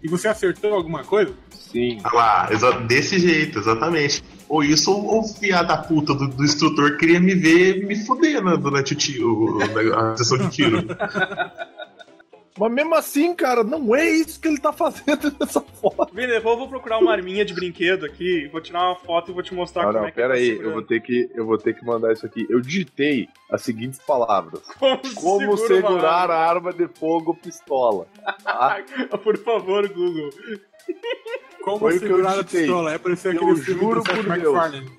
Speaker 5: E você acertou alguma coisa?
Speaker 4: Sim.
Speaker 3: Ah lá, exa- desse jeito, exatamente. Ou isso, ou o fiado da puta do, do instrutor queria me ver me foder né, durante o tiro, a sessão de tiro.
Speaker 5: [laughs]
Speaker 4: Mas mesmo assim, cara, não é isso que ele tá fazendo [laughs] nessa foto.
Speaker 2: Vini, depois eu vou procurar uma arminha de brinquedo aqui, vou tirar uma foto e vou te mostrar
Speaker 4: Não,
Speaker 2: como
Speaker 4: não,
Speaker 2: é que tá
Speaker 4: pera aí,
Speaker 2: segurando.
Speaker 4: eu vou, ter que, eu vou ter que mandar isso aqui. Eu digitei as seguintes palavras.
Speaker 2: [laughs] Como,
Speaker 4: Como
Speaker 2: segura uma
Speaker 4: segurar
Speaker 2: arma?
Speaker 4: a arma de fogo pistola. Ah,
Speaker 2: Por favor, Google.
Speaker 5: Como
Speaker 4: Foi o que eu
Speaker 5: segurar a
Speaker 4: digitei.
Speaker 5: pistola? É parecer
Speaker 4: Eu
Speaker 5: aquele filme
Speaker 4: juro
Speaker 5: do
Speaker 4: por
Speaker 5: Seth
Speaker 4: Deus.
Speaker 5: MacFarlane.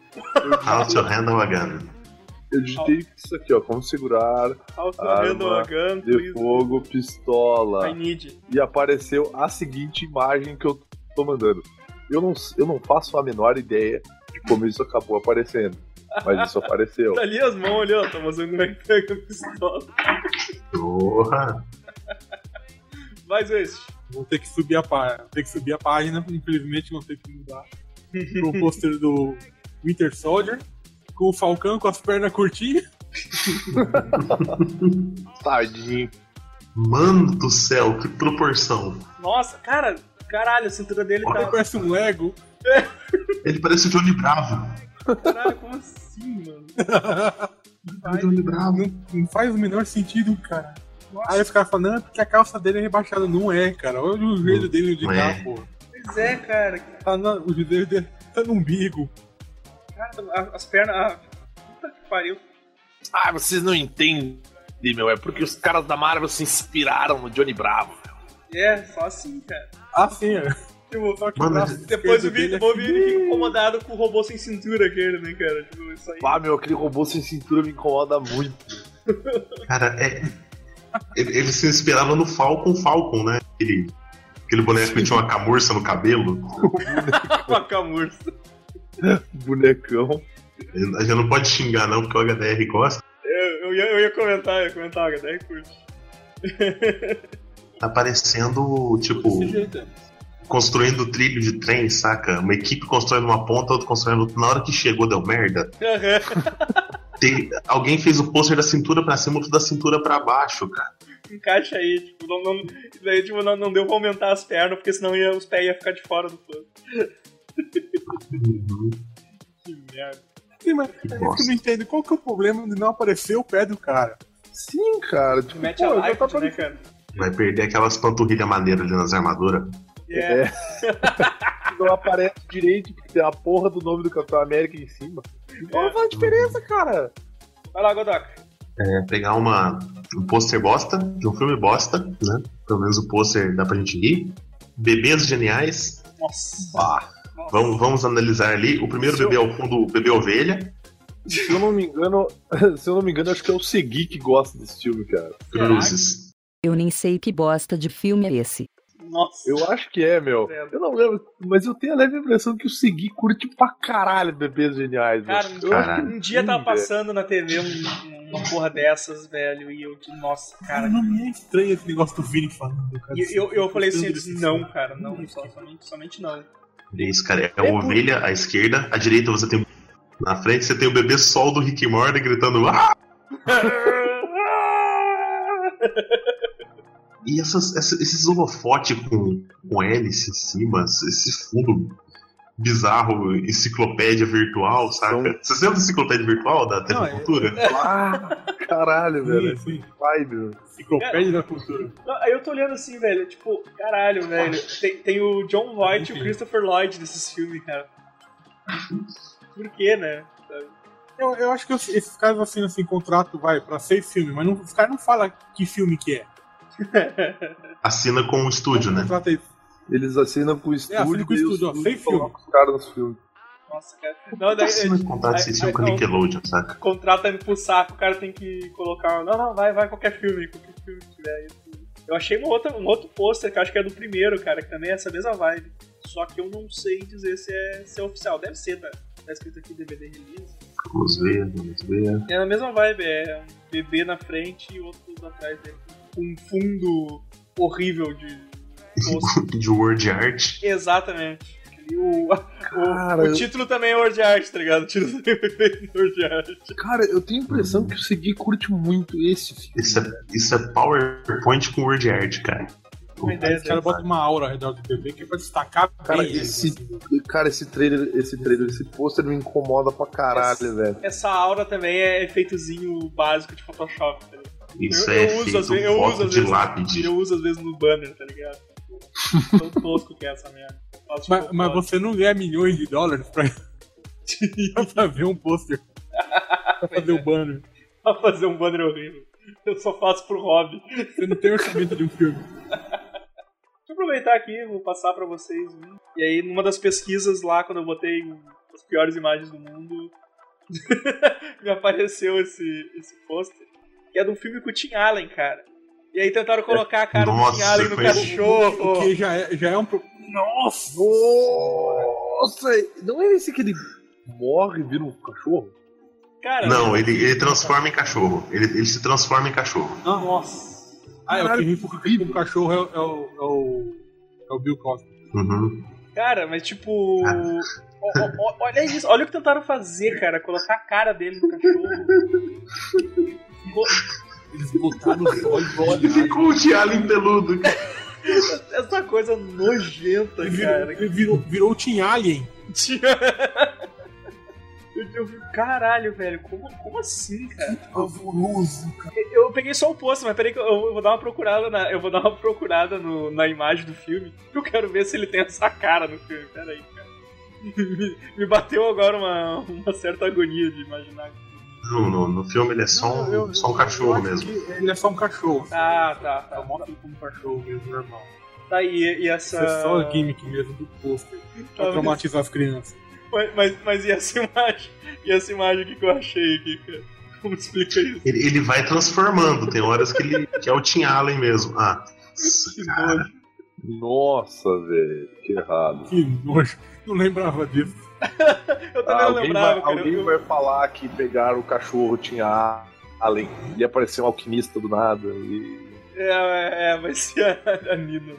Speaker 3: How to handle a gun.
Speaker 4: eu digitei isso aqui, ó. Como segurar
Speaker 2: Auto
Speaker 4: Arma
Speaker 2: handle a gun,
Speaker 4: de
Speaker 2: please.
Speaker 4: fogo
Speaker 2: I
Speaker 4: pistola.
Speaker 2: need.
Speaker 4: E apareceu a seguinte imagem que eu tô mandando. Eu não, eu não faço a menor ideia de como isso acabou aparecendo. Mas
Speaker 2: [laughs]
Speaker 4: isso apareceu.
Speaker 2: Tá ali as mãos ali, ó. Tá mostrando como é que pega a pistola.
Speaker 3: Porra!
Speaker 2: Mas este.
Speaker 5: [laughs] Vou ter que subir a página. Vou ter que subir a página, infelizmente vão ter que mudar pro
Speaker 2: [laughs]
Speaker 5: pôster do Winter Soldier. Com o Falcão com as pernas curtinhas.
Speaker 4: Tadinho.
Speaker 3: Mano do céu, que proporção!
Speaker 2: Nossa, cara, caralho, a cintura dele
Speaker 5: Ele
Speaker 2: tá.
Speaker 5: parece um Lego.
Speaker 3: Ele parece o Johnny Bravo.
Speaker 2: Caralho, como assim, mano?
Speaker 3: O Johnny Bravo.
Speaker 5: Não, não faz o menor sentido, cara. Aí os caras falam, não, é porque a calça dele é rebaixada. Não é, cara. Olha o joelho dele de
Speaker 3: Não
Speaker 5: cá,
Speaker 3: é.
Speaker 5: pô.
Speaker 2: Pois é, cara. que-
Speaker 5: Tá na, o joelho dele tá no umbigo.
Speaker 2: cara, a- as pernas. a- Puta que pariu.
Speaker 4: Ah, vocês não entendem, meu. É porque os caras da Marvel se inspiraram no Johnny Bravo.
Speaker 2: É, só assim, cara.
Speaker 5: Assim, ó. Tipo, só que o
Speaker 3: Mano,
Speaker 5: braço
Speaker 2: Depois o
Speaker 5: esquerdo dele
Speaker 2: Vini,
Speaker 5: é
Speaker 2: o Vini fica incomodado com o robô sem cintura aquele, né, cara? Tipo, isso aí.
Speaker 4: Pá, Ah, meu, aquele robô sem cintura me incomoda muito.
Speaker 3: Cara, é. Ele, ele se inspirava no Falcon Falcon, né? Aquele, aquele boneco que tinha uma camurça no cabelo.
Speaker 2: Uma camurça.
Speaker 4: Bonecão.
Speaker 3: A gente não pode xingar, não, porque o HDR gosta.
Speaker 2: Eu, eu, ia, eu ia comentar, eu ia comentar, até curte.
Speaker 3: Tá parecendo, tipo,
Speaker 5: Desse jeito, é.
Speaker 3: construindo trilho de trem, saca? Uma equipe constrói numa ponta, outra constrói na outra. Na hora que chegou, deu merda.
Speaker 2: Aham.
Speaker 3: Tem- alguém fez o pôster da cintura pra cima, outro da cintura pra baixo, cara.
Speaker 2: [laughs] Encaixa aí, tipo, não, não, isso daí, tipo, não, não deu pra aumentar as pernas, porque senão ia, os pés iam ficar de fora do plano. Uhum. Que merda.
Speaker 5: Sim, mas é isso que eu
Speaker 3: Nossa.
Speaker 5: não entendo. Qual que é o problema de não aparecer o pé do cara?
Speaker 4: Sim, cara. Tipo,
Speaker 2: Mete
Speaker 4: pô,
Speaker 2: a
Speaker 4: já
Speaker 2: live,
Speaker 4: tá
Speaker 2: né,
Speaker 4: parecendo.
Speaker 2: cara?
Speaker 3: Vai perder aquelas panturrilhas maneiras ali nas armaduras.
Speaker 4: [laughs]
Speaker 2: É.
Speaker 4: Não aparece direito porque tem a porra do nome do Capitão América em cima. Não
Speaker 2: É.
Speaker 4: faz diferença, cara.
Speaker 2: Vai lá, Godoc.
Speaker 3: pegar uma, um pôster bosta, de um filme bosta, né? Pelo menos o pôster dá pra gente rir. Bebês geniais.
Speaker 2: Nossa.
Speaker 3: Ah, vamos, vamos analisar ali. O primeiro bebê ao fundo, o bebê ovelha.
Speaker 4: Se eu não me engano, [laughs] se eu não me engano, acho que é o Segui que gosta desse filme, cara.
Speaker 3: Cruzes.
Speaker 6: Eu nem sei que bosta de filme é esse.
Speaker 2: Nossa.
Speaker 4: Eu acho que é, meu. Eu não lembro, mas eu tenho a leve impressão que o Segui curte pra caralho bebês geniais, meu.
Speaker 2: Cara, um-
Speaker 4: Eu acho que
Speaker 2: um dia
Speaker 4: sim,
Speaker 2: tava
Speaker 4: velho.
Speaker 2: passando na TV um- uma porra dessas, velho, e eu, tipo, nossa, cara.
Speaker 5: Cara, não me é estranho esse negócio do Vini falando. Cara,
Speaker 2: E eu, eu falei assim, eu disse,
Speaker 5: Esse-
Speaker 2: não, cara, não, só- somente, somente não.
Speaker 3: Isso, cara. É uma ovelha à esquerda, à direita você tem. Na frente você tem o bebê sol do Rick e Morty gritando. Ah! E essas, essa- esses holofotes com, com hélice em cima, esse fundo bizarro, enciclopédia virtual, saca?
Speaker 4: São-
Speaker 3: Você lembra da enciclopédia virtual da TV
Speaker 2: Não, é-
Speaker 3: Cultura?
Speaker 4: Ah,
Speaker 5: tá
Speaker 4: caralho, velho.
Speaker 5: Sim, sim.
Speaker 4: Vibe, mano.
Speaker 5: Enciclopédia assim, da cultura.
Speaker 2: Não, Aí eu tô olhando assim, velho, tipo, caralho, velho. Tem, tem o John Voight e o
Speaker 5: Enfim.
Speaker 2: Christopher Lloyd nesses filmes, cara. Por quê, né? [laughs]
Speaker 5: Eu, eu acho que os- esses caras assinam assim, contrato, vai, pra seis filmes, mas não, os caras não falam que filme que é.
Speaker 3: Né? Assina com o estúdio, né?
Speaker 5: Contrata aí.
Speaker 4: Eles assinam com o estúdio.
Speaker 5: É, assinam com o
Speaker 4: e
Speaker 5: estúdio, ó, sem filme.
Speaker 4: colocam os caras nos filmes.
Speaker 2: Nossa, cara. Não, daí
Speaker 3: Assina contrato
Speaker 2: aí-
Speaker 3: desse filme
Speaker 2: aí-
Speaker 3: com a
Speaker 2: não,
Speaker 3: Nickelodeon, saca?
Speaker 2: o contrato é pro saco, o cara tem que colocar. Não, não, vai, vai, qualquer filme, qualquer filme que tiver. aí. Eu achei uma outra, um outro pôster, que eu acho que é do primeiro, cara, que também é essa mesma vibe. Só que eu não sei dizer se é, se é oficial. Deve ser, tá? Tá escrito aqui DVD release.
Speaker 3: Vamos ver, vamos ver.
Speaker 2: É a mesma vibe, é um bebê na frente e outro atrás dele. Com um fundo horrível de. poço.
Speaker 3: [laughs] De word art.
Speaker 2: Exatamente. E O, o,
Speaker 4: Cara,
Speaker 2: o título também é Word Art, tá ligado? O título também é bebê Word Art.
Speaker 4: Cara, eu tenho a impressão que o Segui curte muito esse filme.
Speaker 3: Isso é, isso é PowerPoint com word art, cara.
Speaker 2: Uma ideia
Speaker 5: Os caras botam uma aura ao redor do bebê que é pra destacar
Speaker 4: Cara,
Speaker 5: bem. assim, tipo,
Speaker 4: esse, cara, esse trailer, esse trailer, esse pôster me incomoda pra caralho, velho.
Speaker 2: Essa aura também é efeitozinho básico de Photoshop, tá ligado?
Speaker 3: Isso
Speaker 2: eu,
Speaker 3: é
Speaker 2: eu uso
Speaker 3: feito
Speaker 2: às vezes, eu uso
Speaker 3: foto
Speaker 2: às
Speaker 3: de
Speaker 2: vezes.
Speaker 3: lápide.
Speaker 2: Eu uso às vezes no banner, tá ligado? Tão tosco que é essa merda. Faço, tipo,
Speaker 5: Mas, mas
Speaker 2: foto.
Speaker 5: você não ganha milhões de dólares pra, [laughs] pra ver um pôster. Pra fazer o banner.
Speaker 2: Pra fazer um banner horrível. Eu só faço pro hobby.
Speaker 5: Você não tem orçamento de um filme.
Speaker 2: Deixa eu aproveitar aqui, vou passar pra vocês um. E aí, numa das pesquisas lá, quando eu botei um, as piores imagens do mundo, [laughs] me apareceu esse, esse pôster, que é de um filme com o Tim Allen, cara. E aí tentaram colocar a cara do Tim
Speaker 3: É, Nossa,
Speaker 2: Allen no
Speaker 3: foi um esse-
Speaker 2: cachorro.
Speaker 5: Porque já é, já é um. pro- Nossa!
Speaker 4: Nossa, não é esse que ele morre e vira um cachorro?
Speaker 2: Cara,
Speaker 3: Não, é- ele, ele transforma em cachorro. Ele, ele se transforma em cachorro.
Speaker 2: Nossa.
Speaker 5: Ah, é o que
Speaker 4: Caralho,
Speaker 5: ri pro- ri pro cachorro é, o- é o, é, o, é o Bill Cosby.
Speaker 3: Uhum.
Speaker 2: Cara, mas tipo.
Speaker 3: Ah.
Speaker 2: o- o- o- olha isso, olha o que tentaram fazer, cara. Colocar a cara dele no
Speaker 3: [laughs]
Speaker 2: cachorro.
Speaker 5: Eles botaram os olhos do
Speaker 3: Ele ficou o Tialin peludo. cara.
Speaker 2: Essa coisa nojenta,
Speaker 5: Ele virou,
Speaker 2: cara.
Speaker 5: ele virou, virou o Tim Alien.
Speaker 2: [laughs] Eu, eu vi, caralho, velho, como, como assim, cara?
Speaker 5: Pavoroso.
Speaker 2: Eu, eu peguei só o post, mas peraí que eu, eu vou dar uma procurada na. Eu vou dar uma procurada no- na imagem do filme. Eu quero ver se ele tem essa cara no filme. Peraí, cara. [laughs] Me, me bateu agora uma, uma certa agonia de imaginar.
Speaker 3: Não, no, no filme ele é só um, só um cachorro mesmo.
Speaker 5: Ele é só um cachorro.
Speaker 2: Ah, tá,
Speaker 5: É
Speaker 2: tá.
Speaker 5: um moto como um cachorro mesmo, normal.
Speaker 2: Tá aí, e, e essa.
Speaker 5: Isso é só a gimmick mesmo do pôster. Pra traumatizar as crianças.
Speaker 2: Mas, mas, mas e essa imagem? E essa imagem aqui que eu achei aqui, cara? Como explica isso?
Speaker 3: Ele, ele vai transformando. Tem horas que ele que é o Tim Allen mesmo. Ah,
Speaker 2: Que
Speaker 3: cara.
Speaker 2: nojo.
Speaker 4: Nossa, velho, que errado.
Speaker 5: Que nojo. Não lembrava disso.
Speaker 2: Eu também não
Speaker 4: Ah, alguém
Speaker 2: lembrava,
Speaker 4: vai,
Speaker 2: cara.
Speaker 4: alguém
Speaker 2: eu, um-
Speaker 4: vai falar que pegaram o cachorro, tinha Allen, e apareceu um alquimista do nada. E...
Speaker 2: É, é, vai ser a, a Nina.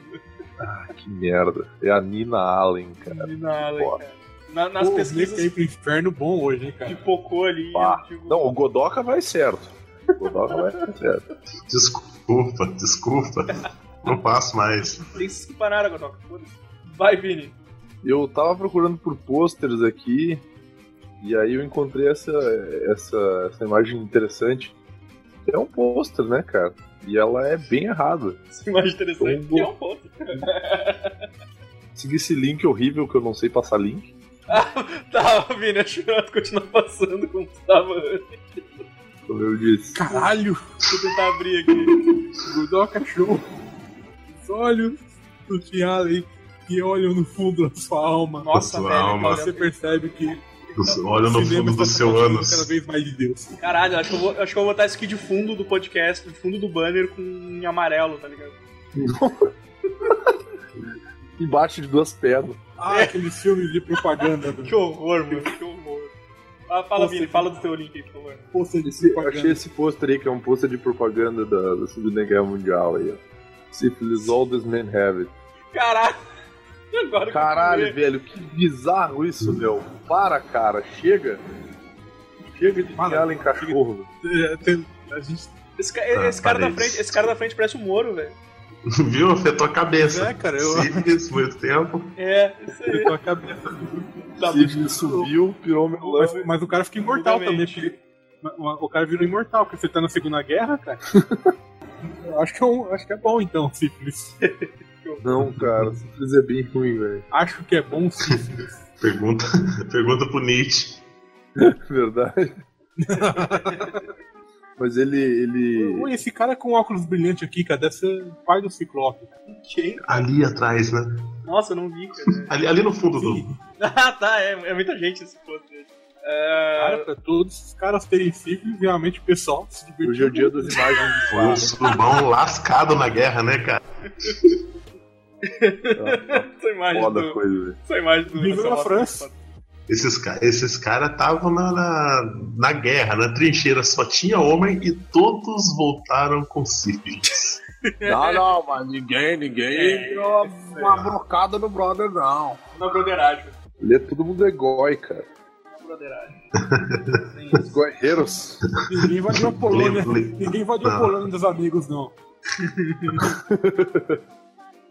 Speaker 4: Ah, que merda. É a Nina Allen, cara.
Speaker 2: A Nina Allen,
Speaker 4: Bora.
Speaker 2: cara. Na- nas
Speaker 5: Pô,
Speaker 2: pesquisas
Speaker 5: meio que aí pro inferno bom hoje, hein,
Speaker 2: de
Speaker 5: cara?
Speaker 2: Pocô ali,
Speaker 4: Pá.
Speaker 2: eu digo,
Speaker 4: Não, o Godoka vai certo. O Godoka vai certo.
Speaker 3: Desculpa, desculpa. Não faço mais.
Speaker 2: tem que parar agora, Doc, foda-se. Vai, Vini.
Speaker 4: Eu tava procurando por pôsteres aqui, e aí eu encontrei essa, essa, essa imagem interessante. É um pôster, né, cara? E ela é bem errada.
Speaker 2: Essa imagem interessante.
Speaker 4: Bom, bom.
Speaker 2: É um ponto.
Speaker 4: Segui esse link horrível que eu não sei passar link.
Speaker 2: [laughs] Tá, Vini, acho melhor tu continuar passando como tu tava antes.
Speaker 4: Como eu disse.
Speaker 5: Caralho!
Speaker 2: Deixa eu tentar abrir aqui.
Speaker 5: Grudou o cachorro. Os olhos do Tim Allen que olham no fundo da sua alma.
Speaker 2: Nossa,
Speaker 3: Tua
Speaker 2: velho.
Speaker 3: alma.
Speaker 2: olha-
Speaker 5: Você percebe que
Speaker 3: Olha
Speaker 5: o
Speaker 3: no
Speaker 2: tá
Speaker 3: fundo
Speaker 5: cinema
Speaker 3: do
Speaker 5: está se
Speaker 3: seu
Speaker 5: aproximando
Speaker 3: ânus.
Speaker 5: cada vez mais de Deus.
Speaker 2: Caralho, acho que, eu vou, acho que eu vou botar isso aqui de fundo do podcast, de fundo do banner com em amarelo, tá ligado?
Speaker 4: Embaixo de duas pedras.
Speaker 5: Ah, aqueles filmes de propaganda do
Speaker 2: Que horror, mano, que horror. Ah, fala, Vini, fala do teu link aí, por favor.
Speaker 5: pôster de
Speaker 4: Eu achei
Speaker 5: propaganda.
Speaker 4: esse pôster aí, que é um pôster de propaganda da, da Segunda Guerra Mundial aí, ó. Syphilis, all this men have it.
Speaker 2: Caralho! [laughs] Agora que eu
Speaker 4: Caralho,
Speaker 2: fui ver.
Speaker 4: velho, que bizarro isso, meu. Para, cara, chega. Chega de
Speaker 5: Para.
Speaker 4: piada em cachorro.
Speaker 5: É, tem- A gente
Speaker 2: Esse, ca- esse
Speaker 3: Ah,
Speaker 2: cara da
Speaker 3: parei.
Speaker 4: Ah,
Speaker 2: frente, esse cara da frente parece um Moro, velho.
Speaker 3: [laughs] Viu? Afetou a cabeça.
Speaker 2: Né,
Speaker 5: É, cara, eu.
Speaker 3: Sífilis, muito tempo.
Speaker 2: É, isso aí.
Speaker 5: eu acabei-
Speaker 2: Tá,
Speaker 4: Sífilis subiu, pirou meu
Speaker 5: Mas, mas o cara fica imortal também.
Speaker 2: Exatamente.
Speaker 5: porque- ma- ma- O cara virou imortal, porque você tá na Segunda Guerra, cara. Eu [laughs] acho, que é um- acho que é bom, então, sífilis.
Speaker 4: Não, cara, sífilis é bem ruim, velho.
Speaker 5: [laughs]
Speaker 4: [laughs]
Speaker 5: Acho que é bom, sífilis.
Speaker 3: Pergunta, [laughs] pergunta pro Nietzsche.
Speaker 4: Verdade. Mas ele.
Speaker 5: Pô,
Speaker 4: ele...
Speaker 5: Esse cara com óculos brilhante aqui, cara, deve ser o pai do Ciclope.
Speaker 2: quem?
Speaker 3: Ali atrás, né?
Speaker 2: Nossa, eu não vi, cara.
Speaker 3: Ali, ali no fundo do.
Speaker 2: ah, tá, é, é muita gente esse É, pôster.
Speaker 5: Cara, pra todos esses caras terem sífilis, realmente o pessoal se divertiu.
Speaker 4: Hoje é o dia das imagens de
Speaker 3: Foi um
Speaker 4: fato.
Speaker 3: surubão lascado na guerra, né, cara?
Speaker 4: [laughs]
Speaker 2: Essa imagem
Speaker 4: Foda
Speaker 2: do.
Speaker 4: coisa, velho.
Speaker 2: Essa imagem do.
Speaker 5: Viva
Speaker 2: dessa
Speaker 5: na
Speaker 2: foto.
Speaker 5: França.
Speaker 3: Esses, ca- esses caras estavam na, na, na guerra, na trincheira, só tinha homem e todos voltaram com sífilis.
Speaker 7: Não, não, mas ninguém, ninguém deu uma brocada no brother, não.
Speaker 2: Na broderagem.
Speaker 4: Ele é todo mundo é goi, cara.
Speaker 2: Na broderagem.
Speaker 4: Goieiros.
Speaker 5: Ninguém invadiu a Polônia.
Speaker 3: Le- le-
Speaker 5: Ninguém invadiu a
Speaker 3: Não.
Speaker 5: Polônia dos amigos, não.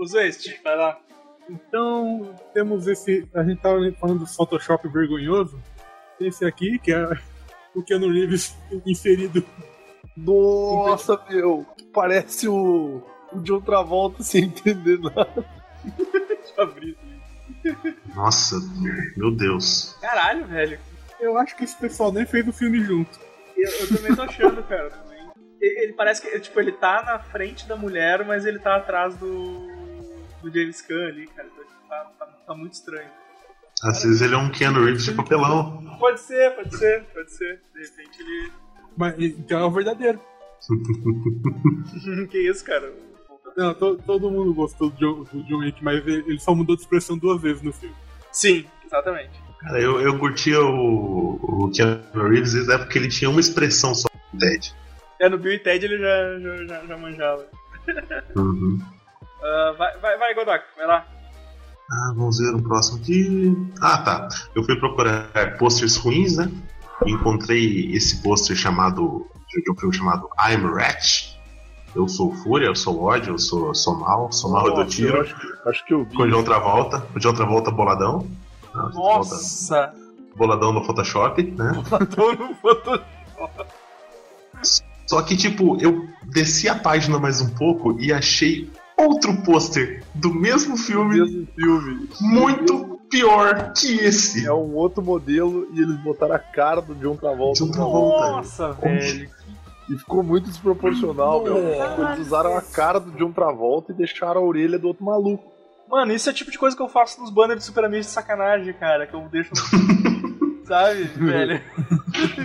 Speaker 2: Os este, tipo vai lá.
Speaker 5: Então, temos esse. A gente tava falando do Photoshop vergonhoso. Esse aqui, que é o Keanu Reeves [laughs] inserido.
Speaker 4: Nossa, meu. Parece o. o de outra volta sem entender nada.
Speaker 2: Deixa eu abrir isso aí.
Speaker 3: Nossa, meu Deus.
Speaker 2: Caralho, velho.
Speaker 5: Eu acho que esse pessoal nem fez o filme junto.
Speaker 2: Eu, eu também tô achando, cara. também. Ele, ele parece que, tipo, ele tá na frente da mulher, mas ele tá atrás do. do James Caan ali, cara. Então, tipo, Tá, tá, tá muito estranho.
Speaker 3: Às vezes ele é um Keanu Reeves de papelão.
Speaker 2: Pode ser, pode ser, pode ser. De repente ele.
Speaker 5: Mas então é o verdadeiro.
Speaker 2: [laughs] que isso, cara?
Speaker 5: Não, to- todo mundo gostou do John, do John Wick, mas ele ele só mudou de expressão duas vezes no filme.
Speaker 2: Sim, exatamente.
Speaker 3: Cara, eu, eu curtia o, o Keanu Reeves desde a época que ele tinha uma expressão só no TED.
Speaker 2: É, no Bill e Ted ele já, já, já, já manjava.
Speaker 3: Uhum.
Speaker 2: Ah, vai, vai, vai, Godok, vai lá.
Speaker 3: Ah, vamos ver o próximo aqui. Ah, tá. Eu fui procurar posters ruins, né? Encontrei esse pôster chamado. de um filme chamado I'm Ratch. Eu sou fúria, eu sou ódio, eu sou, sou mal, sou mal eu dou
Speaker 4: Nossa, eu
Speaker 3: tiro.
Speaker 4: acho, que- acho que eu vi.
Speaker 3: Com o de outra volta, o de outra volta boladão. Ah, volta-
Speaker 2: Nossa!
Speaker 3: Boladão no Photoshop, né?
Speaker 2: Tô no Photoshop.
Speaker 3: Só que, tipo, eu desci a página mais um pouco e achei outro pôster do mesmo
Speaker 4: o
Speaker 3: filme,
Speaker 4: mesmo filme.
Speaker 3: muito pior que esse.
Speaker 4: É um outro modelo e eles botaram a cara do John Travolta.
Speaker 3: John Travolta.
Speaker 2: Nossa, velho.
Speaker 4: E ficou muito desproporcional, meu. Eles usaram a cara do John Travolta e deixaram a orelha do outro maluco.
Speaker 2: Mano, isso é o tipo de coisa que eu faço nos banners de Super Amigos de sacanagem, cara. Que eu deixo. [laughs] no- Sabe, velho?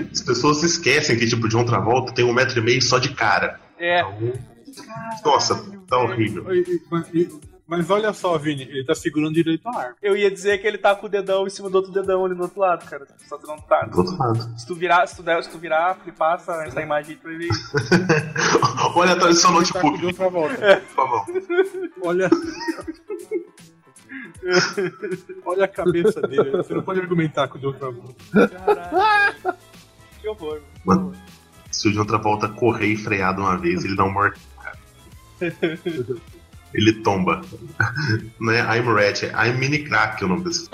Speaker 3: As pessoas se esquecem que, tipo, John Travolta tem um metro e meio só de cara.
Speaker 2: É.
Speaker 3: Então, nossa, tá horrível.
Speaker 5: E- e- Mas, e- mas olha só, Vini, ele tá segurando direito a arma.
Speaker 2: Eu ia dizer que ele tá com o dedão em cima do outro dedão ali do outro lado, cara. Só tu não tá.
Speaker 3: Do outro lado.
Speaker 2: Se tu virar, se tu, der, se tu virar, flipar essa, essa imagem aí, tu vai [laughs] ver. isso.
Speaker 3: [laughs] Olha atrás do seu
Speaker 5: Ele tá
Speaker 4: tipo,
Speaker 5: com o
Speaker 3: um notebook,
Speaker 5: John Travolta.
Speaker 3: por favor.
Speaker 5: Olha. [laughs] Olha a cabeça dele. Você não pode argumentar com o John Travolta.
Speaker 2: Que horror. mano.
Speaker 3: Mano, se o John Travolta correr e frear de uma vez, ele dá
Speaker 2: [laughs]
Speaker 3: um mortal. Ele tomba. Não é I'm Red, é I'm Mini Crack é o nome desse.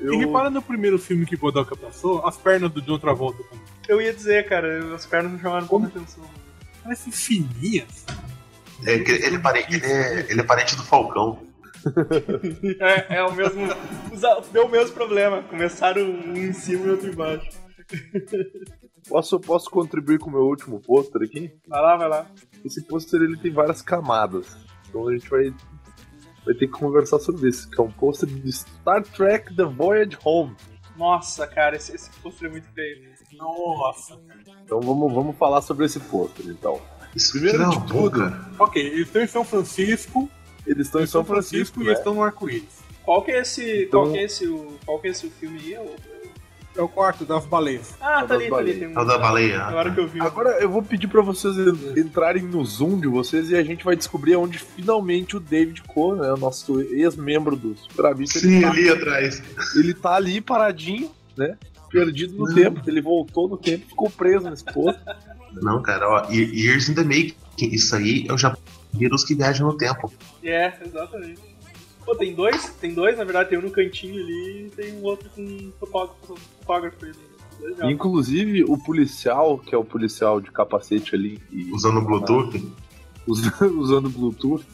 Speaker 4: Eu,
Speaker 5: E repara no primeiro filme que Godoka passou, as pernas do John Travolta também.
Speaker 2: Eu ia dizer, cara, as pernas me chamaram
Speaker 5: Como?
Speaker 2: muita atenção.
Speaker 5: Parece fininhas.
Speaker 3: É, que ele, é parente, ele, é, ele é parente do Falcão.
Speaker 2: É, é o mesmo. usa- Deu o mesmo problema. Começaram um em cima e outro embaixo.
Speaker 4: posso, posso contribuir com o meu último pôster aqui?
Speaker 2: Vai lá, vai lá.
Speaker 4: Esse pôster ele tem várias camadas. Então a gente vai, vai ter que conversar sobre isso. Que é um pôster de Star Trek The Voyage Home.
Speaker 2: Nossa, cara, esse, esse pôster é muito feio.
Speaker 5: Nossa.
Speaker 4: Então vamos, vamos falar sobre esse pôster, então.
Speaker 3: Isso
Speaker 4: Primeiro
Speaker 3: tira
Speaker 4: de
Speaker 3: uma
Speaker 4: tudo.
Speaker 3: boca.
Speaker 5: Ok, eles estão em São Francisco.
Speaker 4: Eles estão em São Francisco,
Speaker 5: e
Speaker 4: né?
Speaker 5: eles estão no arco-íris.
Speaker 2: Qual que é esse.
Speaker 4: Então-
Speaker 2: Qual que é esse, o, qual que é esse o filme aí? O-
Speaker 5: É o quarto das baleias.
Speaker 2: Ah, tá
Speaker 4: Só das
Speaker 2: ali, tá ali.
Speaker 4: baleias.
Speaker 2: Tem um...
Speaker 3: É o da baleia.
Speaker 2: Agora que eu vi.
Speaker 4: Agora eu vou pedir pra vocês en- entrarem no Zoom de vocês e a gente vai descobrir onde finalmente o David Coe, né, o nosso ex-membro do Super Amigos, ele,
Speaker 3: Sim,
Speaker 4: tá,
Speaker 3: ali atrás.
Speaker 4: ele tá ali paradinho, né? Perdido no tempo. Ele voltou no tempo e ficou preso nesse posto.
Speaker 3: Não, cara, ó, Ye- Years in the Making. Que Isso aí é o Japão vírus que viaja no tempo.
Speaker 2: É, exatamente. Pô, tem dois, tem dois, na verdade, tem um no cantinho ali e tem um outro com um fotógrafo, fotógrafo ali. Legal.
Speaker 4: [laughs] Inclusive, o policial, que é o policial de capacete ali, e
Speaker 3: Usando o Bluetooth.
Speaker 4: usando, [laughs] usando Bluetooth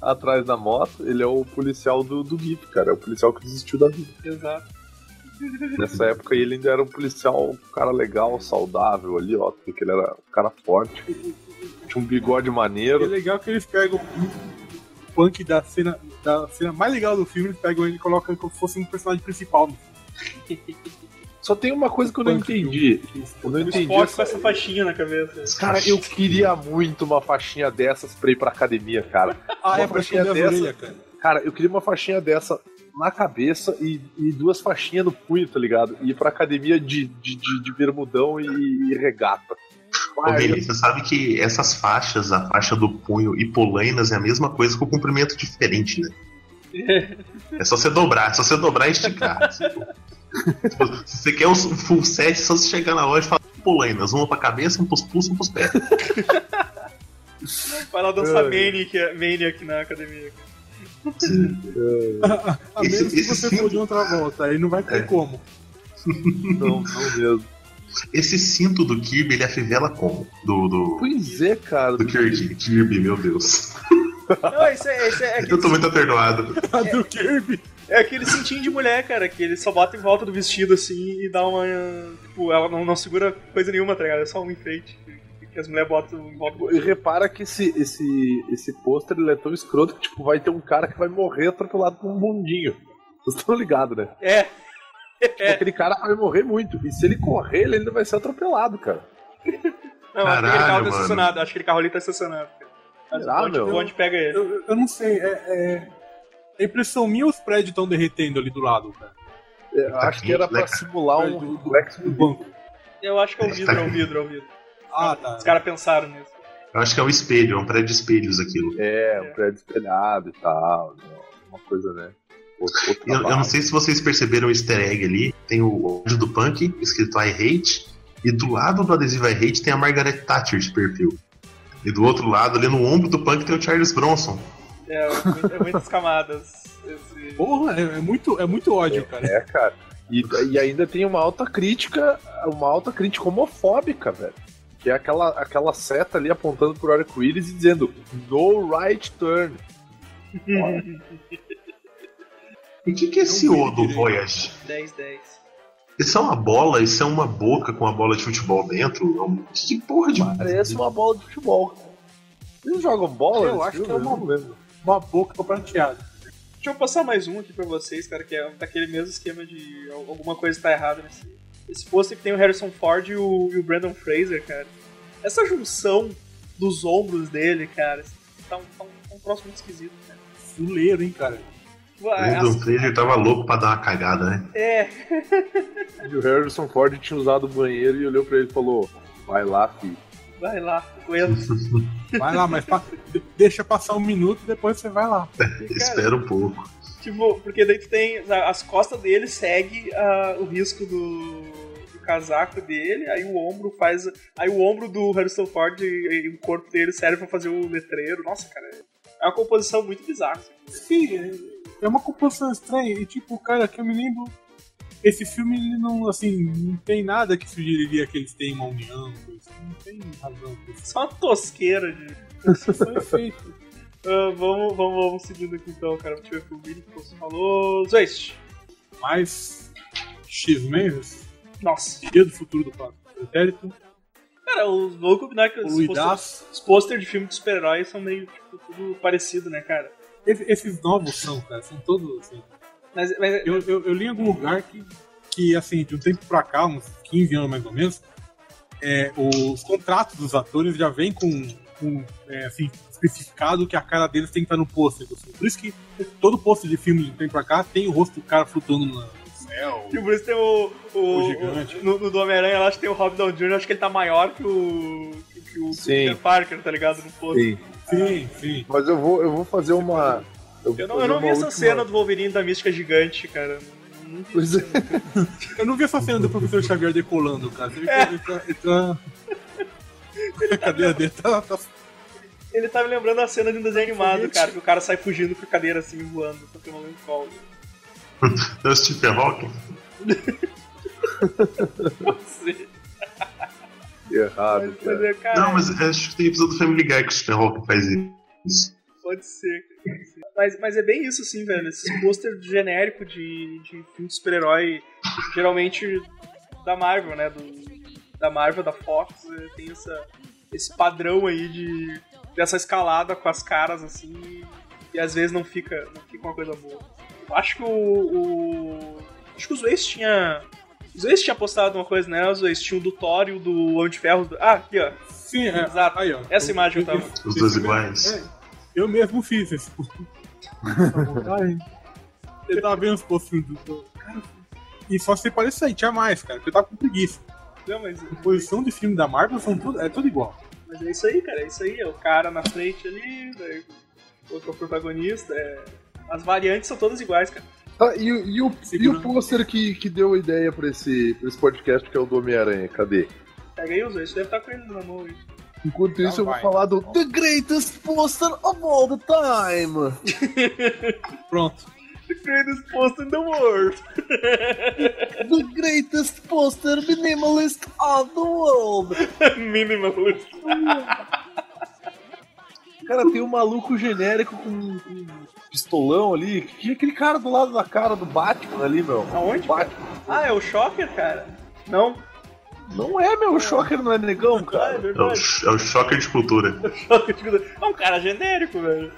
Speaker 4: atrás da moto, ele é o policial do, do GIP, cara. É o policial que desistiu da vida.
Speaker 2: Exato.
Speaker 4: Nessa época ele ainda era um policial, um cara legal, saudável ali, ó. Porque ele era um cara forte. Tinha um bigode
Speaker 5: E é
Speaker 4: maneiro.
Speaker 5: legal que eles pegam o punk da cena, da cena mais legal do filme, eles pegam ele e colocam como se fosse um personagem principal. no
Speaker 4: Só tem uma coisa que eu não
Speaker 5: Punk do-
Speaker 4: entendi. Eu
Speaker 5: filme.
Speaker 4: não entendi.
Speaker 2: Foco com
Speaker 4: essa-
Speaker 2: essa faixinha na cabeça. [laughs]
Speaker 4: Cara, eu queria muito uma faixinha dessas pra ir pra academia, cara.
Speaker 5: Ah, é
Speaker 4: Uma
Speaker 5: pra
Speaker 4: faixinha
Speaker 5: esconder as
Speaker 4: dessa.
Speaker 5: orelhas, cara.
Speaker 4: Cara, eu queria uma faixinha dessa na cabeça e, e duas faixinhas no punho, tá ligado? E ir pra academia de, de, de, de bermudão e, e regata.
Speaker 3: Ô,
Speaker 4: Ah,
Speaker 3: Beni, você sabe que essas faixas, a faixa do punho e polainas é a mesma coisa com comprimento diferente, né? É só você dobrar, é só você dobrar e
Speaker 4: [laughs]
Speaker 3: esticar. Tipo, Se você quer um full set, é só você chegar na loja e falar polainas, uma pra cabeça, um pros pulsos, um pros pés.
Speaker 2: Vai lá dançar
Speaker 4: Ai.
Speaker 2: Maniac, Maniac na
Speaker 4: [laughs]
Speaker 2: academia. cara.
Speaker 5: A
Speaker 3: Esse-
Speaker 5: menos que
Speaker 3: esse
Speaker 5: você
Speaker 3: filme-
Speaker 5: for de outra volta, aí não vai ter
Speaker 3: É.
Speaker 5: [laughs] como.
Speaker 4: não, não mesmo.
Speaker 3: Esse cinto do Kirby, ele afivela como? Do, do,
Speaker 4: Pois é, cara.
Speaker 3: do Kirby, Kirby, meu Deus.
Speaker 2: Não, esse é, esse é, é,
Speaker 3: Eu
Speaker 2: aquele,
Speaker 3: tô muito atordoado.
Speaker 5: A do Kirby.
Speaker 2: é aquele cintinho de mulher, cara, que ele só bota em volta do vestido assim e dá uma. Tipo, ela não, não segura coisa nenhuma, tá ligado? É só um enfeite que- que as mulheres botam em volta do
Speaker 4: E repara que esse, esse, esse pôster ele é tão escroto que tipo, vai ter um cara que vai morrer atropelado por um bundinho. Vocês estão ligados, né?
Speaker 2: É,
Speaker 4: Tipo, Aquele cara vai morrer muito. E se ele correr, ele ainda vai ser atropelado, cara.
Speaker 2: não, acho que aquele carro
Speaker 3: Caralho,
Speaker 2: tá
Speaker 3: mano.
Speaker 2: estacionado, acho que aquele carro ali tá estacionado. cara. Mas
Speaker 4: Será,
Speaker 2: onde,
Speaker 4: meu?
Speaker 2: onde pega ele?
Speaker 5: Eu, eu não sei, é, é- A impressão minha, os prédios estão derretendo ali do lado, cara.
Speaker 4: É,
Speaker 3: Tá
Speaker 4: acho que era pra
Speaker 3: Lex-
Speaker 4: simular um Lex
Speaker 5: Do banco.
Speaker 2: Eu acho que é o
Speaker 3: tá
Speaker 2: vidro, é o vidro, é o vidro.
Speaker 5: Ah, tá.
Speaker 2: Os caras pensaram nisso.
Speaker 3: Eu acho que é um espelho, é um prédio de espelhos aquilo.
Speaker 4: É, um prédio espelhado e tal. né? Uma coisa, né? Outro, outro
Speaker 3: Eu, eu não
Speaker 4: trabalho.
Speaker 3: sei se vocês perceberam o easter egg ali. Tem o ódio do punk, escrito I hate. E do lado do adesivo I hate tem a Margaret Thatcher de perfil. E do outro lado, ali no ombro do punk, tem o Charles Bronson.
Speaker 2: É, é muitas camadas. Esse...
Speaker 5: Porra, é, é muito, é muito ódio, cara.
Speaker 4: É, cara. E, e ainda tem uma alta crítica, uma alta crítica homofóbica, velho. Que é aquela, aquela seta ali apontando pro arco-íris e dizendo No right turn.
Speaker 3: E o que, que é esse
Speaker 5: vi
Speaker 3: O do
Speaker 5: direito.
Speaker 3: Voyage?
Speaker 2: 10, 10.
Speaker 3: Isso é uma bola? Isso é uma boca com uma bola de futebol dentro? É um- Que porra de. um
Speaker 4: Parece uma bola de futebol. Eles jogam bola?
Speaker 5: Eu
Speaker 4: nesse
Speaker 5: acho que
Speaker 4: filme?
Speaker 5: é
Speaker 4: Eu
Speaker 5: uma-
Speaker 4: não lembro.
Speaker 5: Uma boca prateada.
Speaker 2: Deixa eu passar mais um aqui pra vocês, cara, que é daquele mesmo esquema de al- alguma coisa tá errada nesse. Esse pôster que tem o Harrison Ford e o, e o Brandon Fraser, cara. Essa junção dos ombros dele, cara, tá um, tá um, tá um troço muito esquisito, cara.
Speaker 5: Fuleiro, hein, cara.
Speaker 2: Tipo, a-
Speaker 3: O
Speaker 2: as-
Speaker 3: Brandon Fraser um tava louco pra dar uma cagada, né? [laughs]
Speaker 2: é,
Speaker 4: E o Harrison Ford tinha usado o banheiro e olhou pra ele e falou: Vai lá, filho.
Speaker 2: vai lá, aguenta.
Speaker 5: Vai lá, mas pa- deixa passar um minuto e depois você vai lá.
Speaker 3: [laughs] Espera um pouco.
Speaker 2: Tipo, porque daí tu tem. a- As costas dele segue ah, o risco do, do casaco dele, aí o ombro faz. Aí o ombro do Harrison Ford e, e o corpo dele serve pra fazer o letreiro. Nossa, cara. É uma composição muito bizarra. assim.
Speaker 5: Sim, é- é uma composição estranha. E tipo, cara, que eu me lembro. Esse filme, ele não, assim, não tem nada que sugeriria que eles tenham uma união. coisa assim, Não tem razão pra isso.
Speaker 2: Só uma tosqueira de.
Speaker 5: Foi feito.
Speaker 2: Ah, vamos, vamos, vamos seguindo aqui então, cara. Deixa eu ver o que o Vini falou. Zeist!
Speaker 5: Mas. X-Men,
Speaker 2: Nossa.
Speaker 5: Dia do Futuro do Pato Pretérito,
Speaker 2: Cara, os, vamos combinar que os, posters,
Speaker 5: Luidaço.
Speaker 2: os posters de filme de super-heróis são meio tipo, tudo parecido, né, cara?
Speaker 5: Esse- Esses novos são, cara, são todos assim.
Speaker 2: Mas, mas
Speaker 5: Eu, eu, eu li em algum lugar que, que, assim, de um tempo pra cá, uns 15 anos mais ou menos, é, os contratos dos atores já vêm com, com, é, assim, especificado que a cara deles tem que estar no pôster. assim. Por isso que todo pôster de filme de um tempo pra cá tem o rosto do cara flutuando na- no céu.
Speaker 2: E por isso tem o. O,
Speaker 5: O gigante.
Speaker 2: o- no, no do Homem-Aranha lá, acho que tem o Rob Downey Jr., acho que ele tá maior que o. que, que o
Speaker 4: Sim.
Speaker 2: Peter Parker, tá ligado? No posto.
Speaker 4: Sim.
Speaker 5: Sim, sim.
Speaker 4: Mas eu vou, eu vou fazer uma. vou
Speaker 2: Eu não,
Speaker 4: fazer
Speaker 2: eu não
Speaker 4: uma
Speaker 2: vi essa
Speaker 4: última-
Speaker 2: cena do Wolverine da mística gigante, cara. Não- não vi.
Speaker 4: Pois é.
Speaker 5: [laughs] Eu não vi essa cena do professor Xavier decolando, cara. Você vê que ele tá- ele tá- A cadeira dele tá, tá
Speaker 2: Ele tá me lembrando a cena de um desenho animado, cara, que o cara sai fugindo com a cadeira assim, voando, Pokémon Land Call.
Speaker 3: É o Stephen Hawking.
Speaker 2: Você-
Speaker 4: errado,
Speaker 2: Mas,
Speaker 4: cara.
Speaker 2: é, cara,
Speaker 3: Não, mas acho que tem episódio do Family Guy que o Stephen Hawking faz isso.
Speaker 2: pode ser. cara, pode ser. Mas, mas é bem isso, assim, velho. Esses pôster de genérico de, de filme de super-herói, geralmente da Marvel, né? Do- da Marvel, da Fox, eh, tem essa, esse padrão aí de dessa escalada com as caras, assim, e às vezes não fica, não fica uma coisa boa. Eu acho que o. o- acho que os Waze tinha. Os Waze tinha postado uma coisa, né? Os Waze tinha o do Thor e o do Homem de Ferro. do- Ah, aqui, ó.
Speaker 5: Sim, é.
Speaker 2: Exato.
Speaker 5: Aí, ó.
Speaker 2: Essa imagem eu
Speaker 5: eu,
Speaker 2: tava-
Speaker 3: Os dois iguais.
Speaker 5: É, eu mesmo fiz esse post.
Speaker 2: [laughs]
Speaker 5: Você tava vendo os postinhos do- do. Cara, E só se parecia, tinha mais, cara, porque eu tava com preguiça.
Speaker 2: Não, mas,
Speaker 5: Posição de filme da Marvel são tudo, é tudo igual.
Speaker 2: mas é isso aí, cara. É isso aí. É o cara na frente ali, daí outro protagonista. é- As variantes são todas iguais, cara.
Speaker 4: Tá, e, o- e o, e o pôster que, que deu a ideia pra esse, pra esse podcast, que é o do Homem-Aranha? Cadê?
Speaker 2: Pega aí os Waze, deve estar com ele na mão aí.
Speaker 4: Enquanto
Speaker 5: Não
Speaker 4: isso, eu vou
Speaker 5: vai.
Speaker 4: falar do The Greatest Poster of All the Time.
Speaker 5: Pronto.
Speaker 2: The greatest post in the world.
Speaker 4: The Greatest Poster Minimalist of the World.
Speaker 2: Minimalist.
Speaker 4: Cara, tem um maluco genérico com, com um pistolão ali. Que aquele cara do lado da cara do Batman ali, meu.
Speaker 2: Aonde?
Speaker 4: Batman.
Speaker 2: Ah, é o Shocker, cara? Não.
Speaker 4: Não é, meu. O Shocker não é negão,
Speaker 2: Ah, é
Speaker 4: cara.
Speaker 3: É o,
Speaker 2: verdade.
Speaker 3: é o choque de cultura.
Speaker 2: É um cara genérico, velho.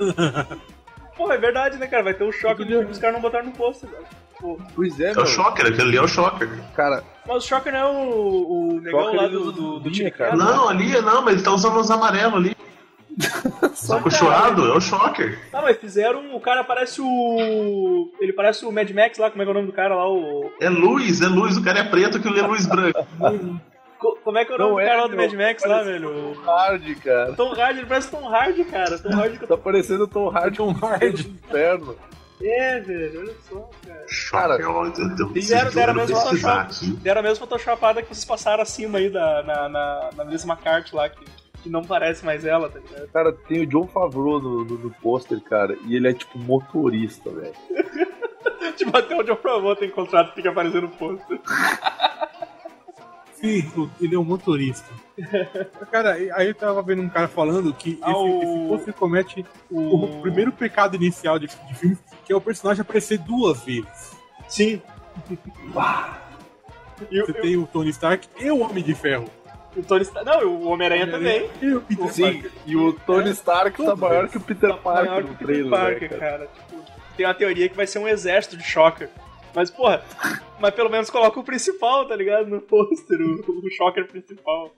Speaker 2: Porra, é verdade, né, cara? Vai ter um choque de filme, os caras não botaram no post, velho. Pô,
Speaker 4: Pois é,
Speaker 3: É o
Speaker 4: meu.
Speaker 3: Shocker, aquele ali é o Shocker.
Speaker 4: Cara,
Speaker 2: Mas o Shocker não é o, o negão
Speaker 4: Shocker,
Speaker 2: lá
Speaker 4: ele
Speaker 2: do,
Speaker 4: usa
Speaker 2: do, do
Speaker 4: linha,
Speaker 2: Tic
Speaker 4: cara.
Speaker 2: Tac?
Speaker 3: Não, ali é não, mas ele tá usando os amarelos ali. Só com o chorado, é o Shocker.
Speaker 2: Não, Ah, mas fizeram. O cara parece o. Ele parece o Mad Max lá, como é que é o nome do cara lá? O.
Speaker 3: É luz, é luz, o cara é preto que ele é luz branca.
Speaker 2: Co- Como é que é o
Speaker 4: Não
Speaker 2: nome
Speaker 4: é,
Speaker 2: do cara lá do
Speaker 4: meu.
Speaker 2: Mad Max lá, velho? O
Speaker 4: hard, cara.
Speaker 2: Tom Hardy, ele parece Tom Hardy, cara. Tom Hardy que eu
Speaker 4: Tá parecendo o Tom Hardy
Speaker 5: Tom Hardy.
Speaker 4: do inferno.
Speaker 2: tô- É, velho, olha só, cara.
Speaker 3: Shocker, ó, eu, eu, eu,
Speaker 2: zero, zero,
Speaker 3: eu, eu,
Speaker 2: mas
Speaker 3: vou
Speaker 2: só
Speaker 3: pesquisar
Speaker 2: choque.
Speaker 3: aqui.
Speaker 2: Deram a mesma photoshopada que vocês passaram acima aí da, na, na, na Melissa McCarthy lá, que, que não parece mais ela, tá [laughs] ligado?
Speaker 4: Cara, tem o John Favreau no, no, no pôster, cara, e ele é tipo motorista, velho.
Speaker 2: Tipo, até onde eu provou tem contrato fica aparecendo no posto.
Speaker 5: Sim, o- ele é
Speaker 2: [laughs]
Speaker 5: um motorista. Cara, e- aí eu tava vendo um cara falando que
Speaker 2: Ah,
Speaker 5: esse,
Speaker 2: o-
Speaker 5: esse pôster comete o primeiro pecado inicial de, de filme, que é o personagem aparecer duas vezes.
Speaker 2: Sim. [laughs] e o,
Speaker 5: Você tem o Tony Stark e o Homem de Ferro.
Speaker 2: e o Tony Stark- Não, e o Homem-Aranha também.
Speaker 5: E o Peter
Speaker 4: Sim,
Speaker 5: Parker.
Speaker 4: e o Tony Stark tá
Speaker 5: Tudo,
Speaker 4: maior que o Peter
Speaker 2: maior
Speaker 4: Parker
Speaker 2: que o
Speaker 4: no
Speaker 2: Peter
Speaker 4: trailer,
Speaker 2: Parker,
Speaker 4: né, cara?
Speaker 2: cara. Tipo, tem uma teoria que vai ser um exército de Shocker. Mas, porra, mas pelo menos coloca o principal, tá ligado? No pôster, o, o Shocker principal.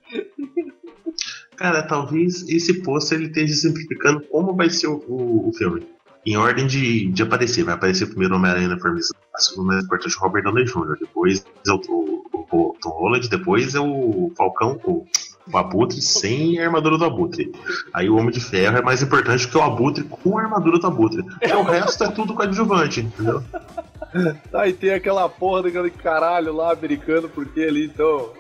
Speaker 3: Cara, talvez esse pôster ele esteja simplificando como vai ser o, o- o filme. Em ordem de, de aparecer. Vai aparecer primeiro o Homem-Aranha na formiga, o mais importante é o Robert Downey Jr., depois é o, o, o Tom Holland, depois é o Falcão, o, o Abutre sem a armadura do Abutre. Aí o Homem de Ferro é mais importante que o Abutre com a armadura do Abutre. E o resto é tudo coadjuvante, entendeu?
Speaker 4: Tá, e tem aquela porra daquele caralho lá americano, porque ali, então.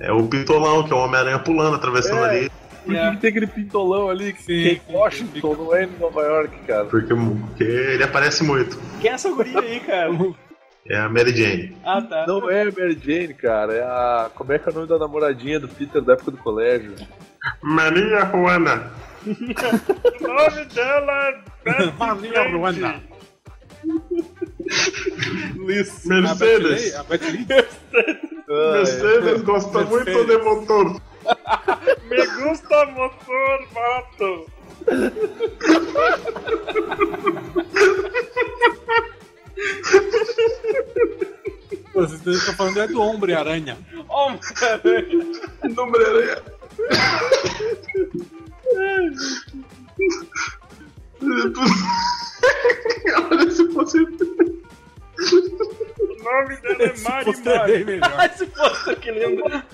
Speaker 3: É o Pitolão, que é o Homem-Aranha pulando, atravessando
Speaker 4: É.
Speaker 3: ali,
Speaker 4: Por que que tem aquele pintolão ali que,
Speaker 5: Sim,
Speaker 4: que é em
Speaker 5: sim,
Speaker 4: Washington, não é em Nova York, cara?
Speaker 3: porque, porque ele aparece muito.
Speaker 2: Quem é essa guria aí, cara?
Speaker 3: É a Mary Jane.
Speaker 2: Ah, tá.
Speaker 4: Não é a Mary Jane, cara, é a. Como é que é o nome da namoradinha do Peter da época do colégio?
Speaker 3: Maria Juana.
Speaker 2: O nome dela é
Speaker 5: Maria Ruanda.
Speaker 2: Liz.
Speaker 5: A Bethlehem- a Bethlehem
Speaker 4: Ah, é.
Speaker 3: gosta
Speaker 5: Mercedes. muito de
Speaker 3: motor.
Speaker 2: Me gusta motor, mato.
Speaker 5: Pô, Vocês estão falando é do Hombre Aranha.
Speaker 2: Oh, caralho.
Speaker 3: Olha se você.
Speaker 2: O nome dela
Speaker 4: [laughs]
Speaker 2: é Mari
Speaker 5: Você é bem melhor.
Speaker 2: Mas se fosse que lembra. [laughs]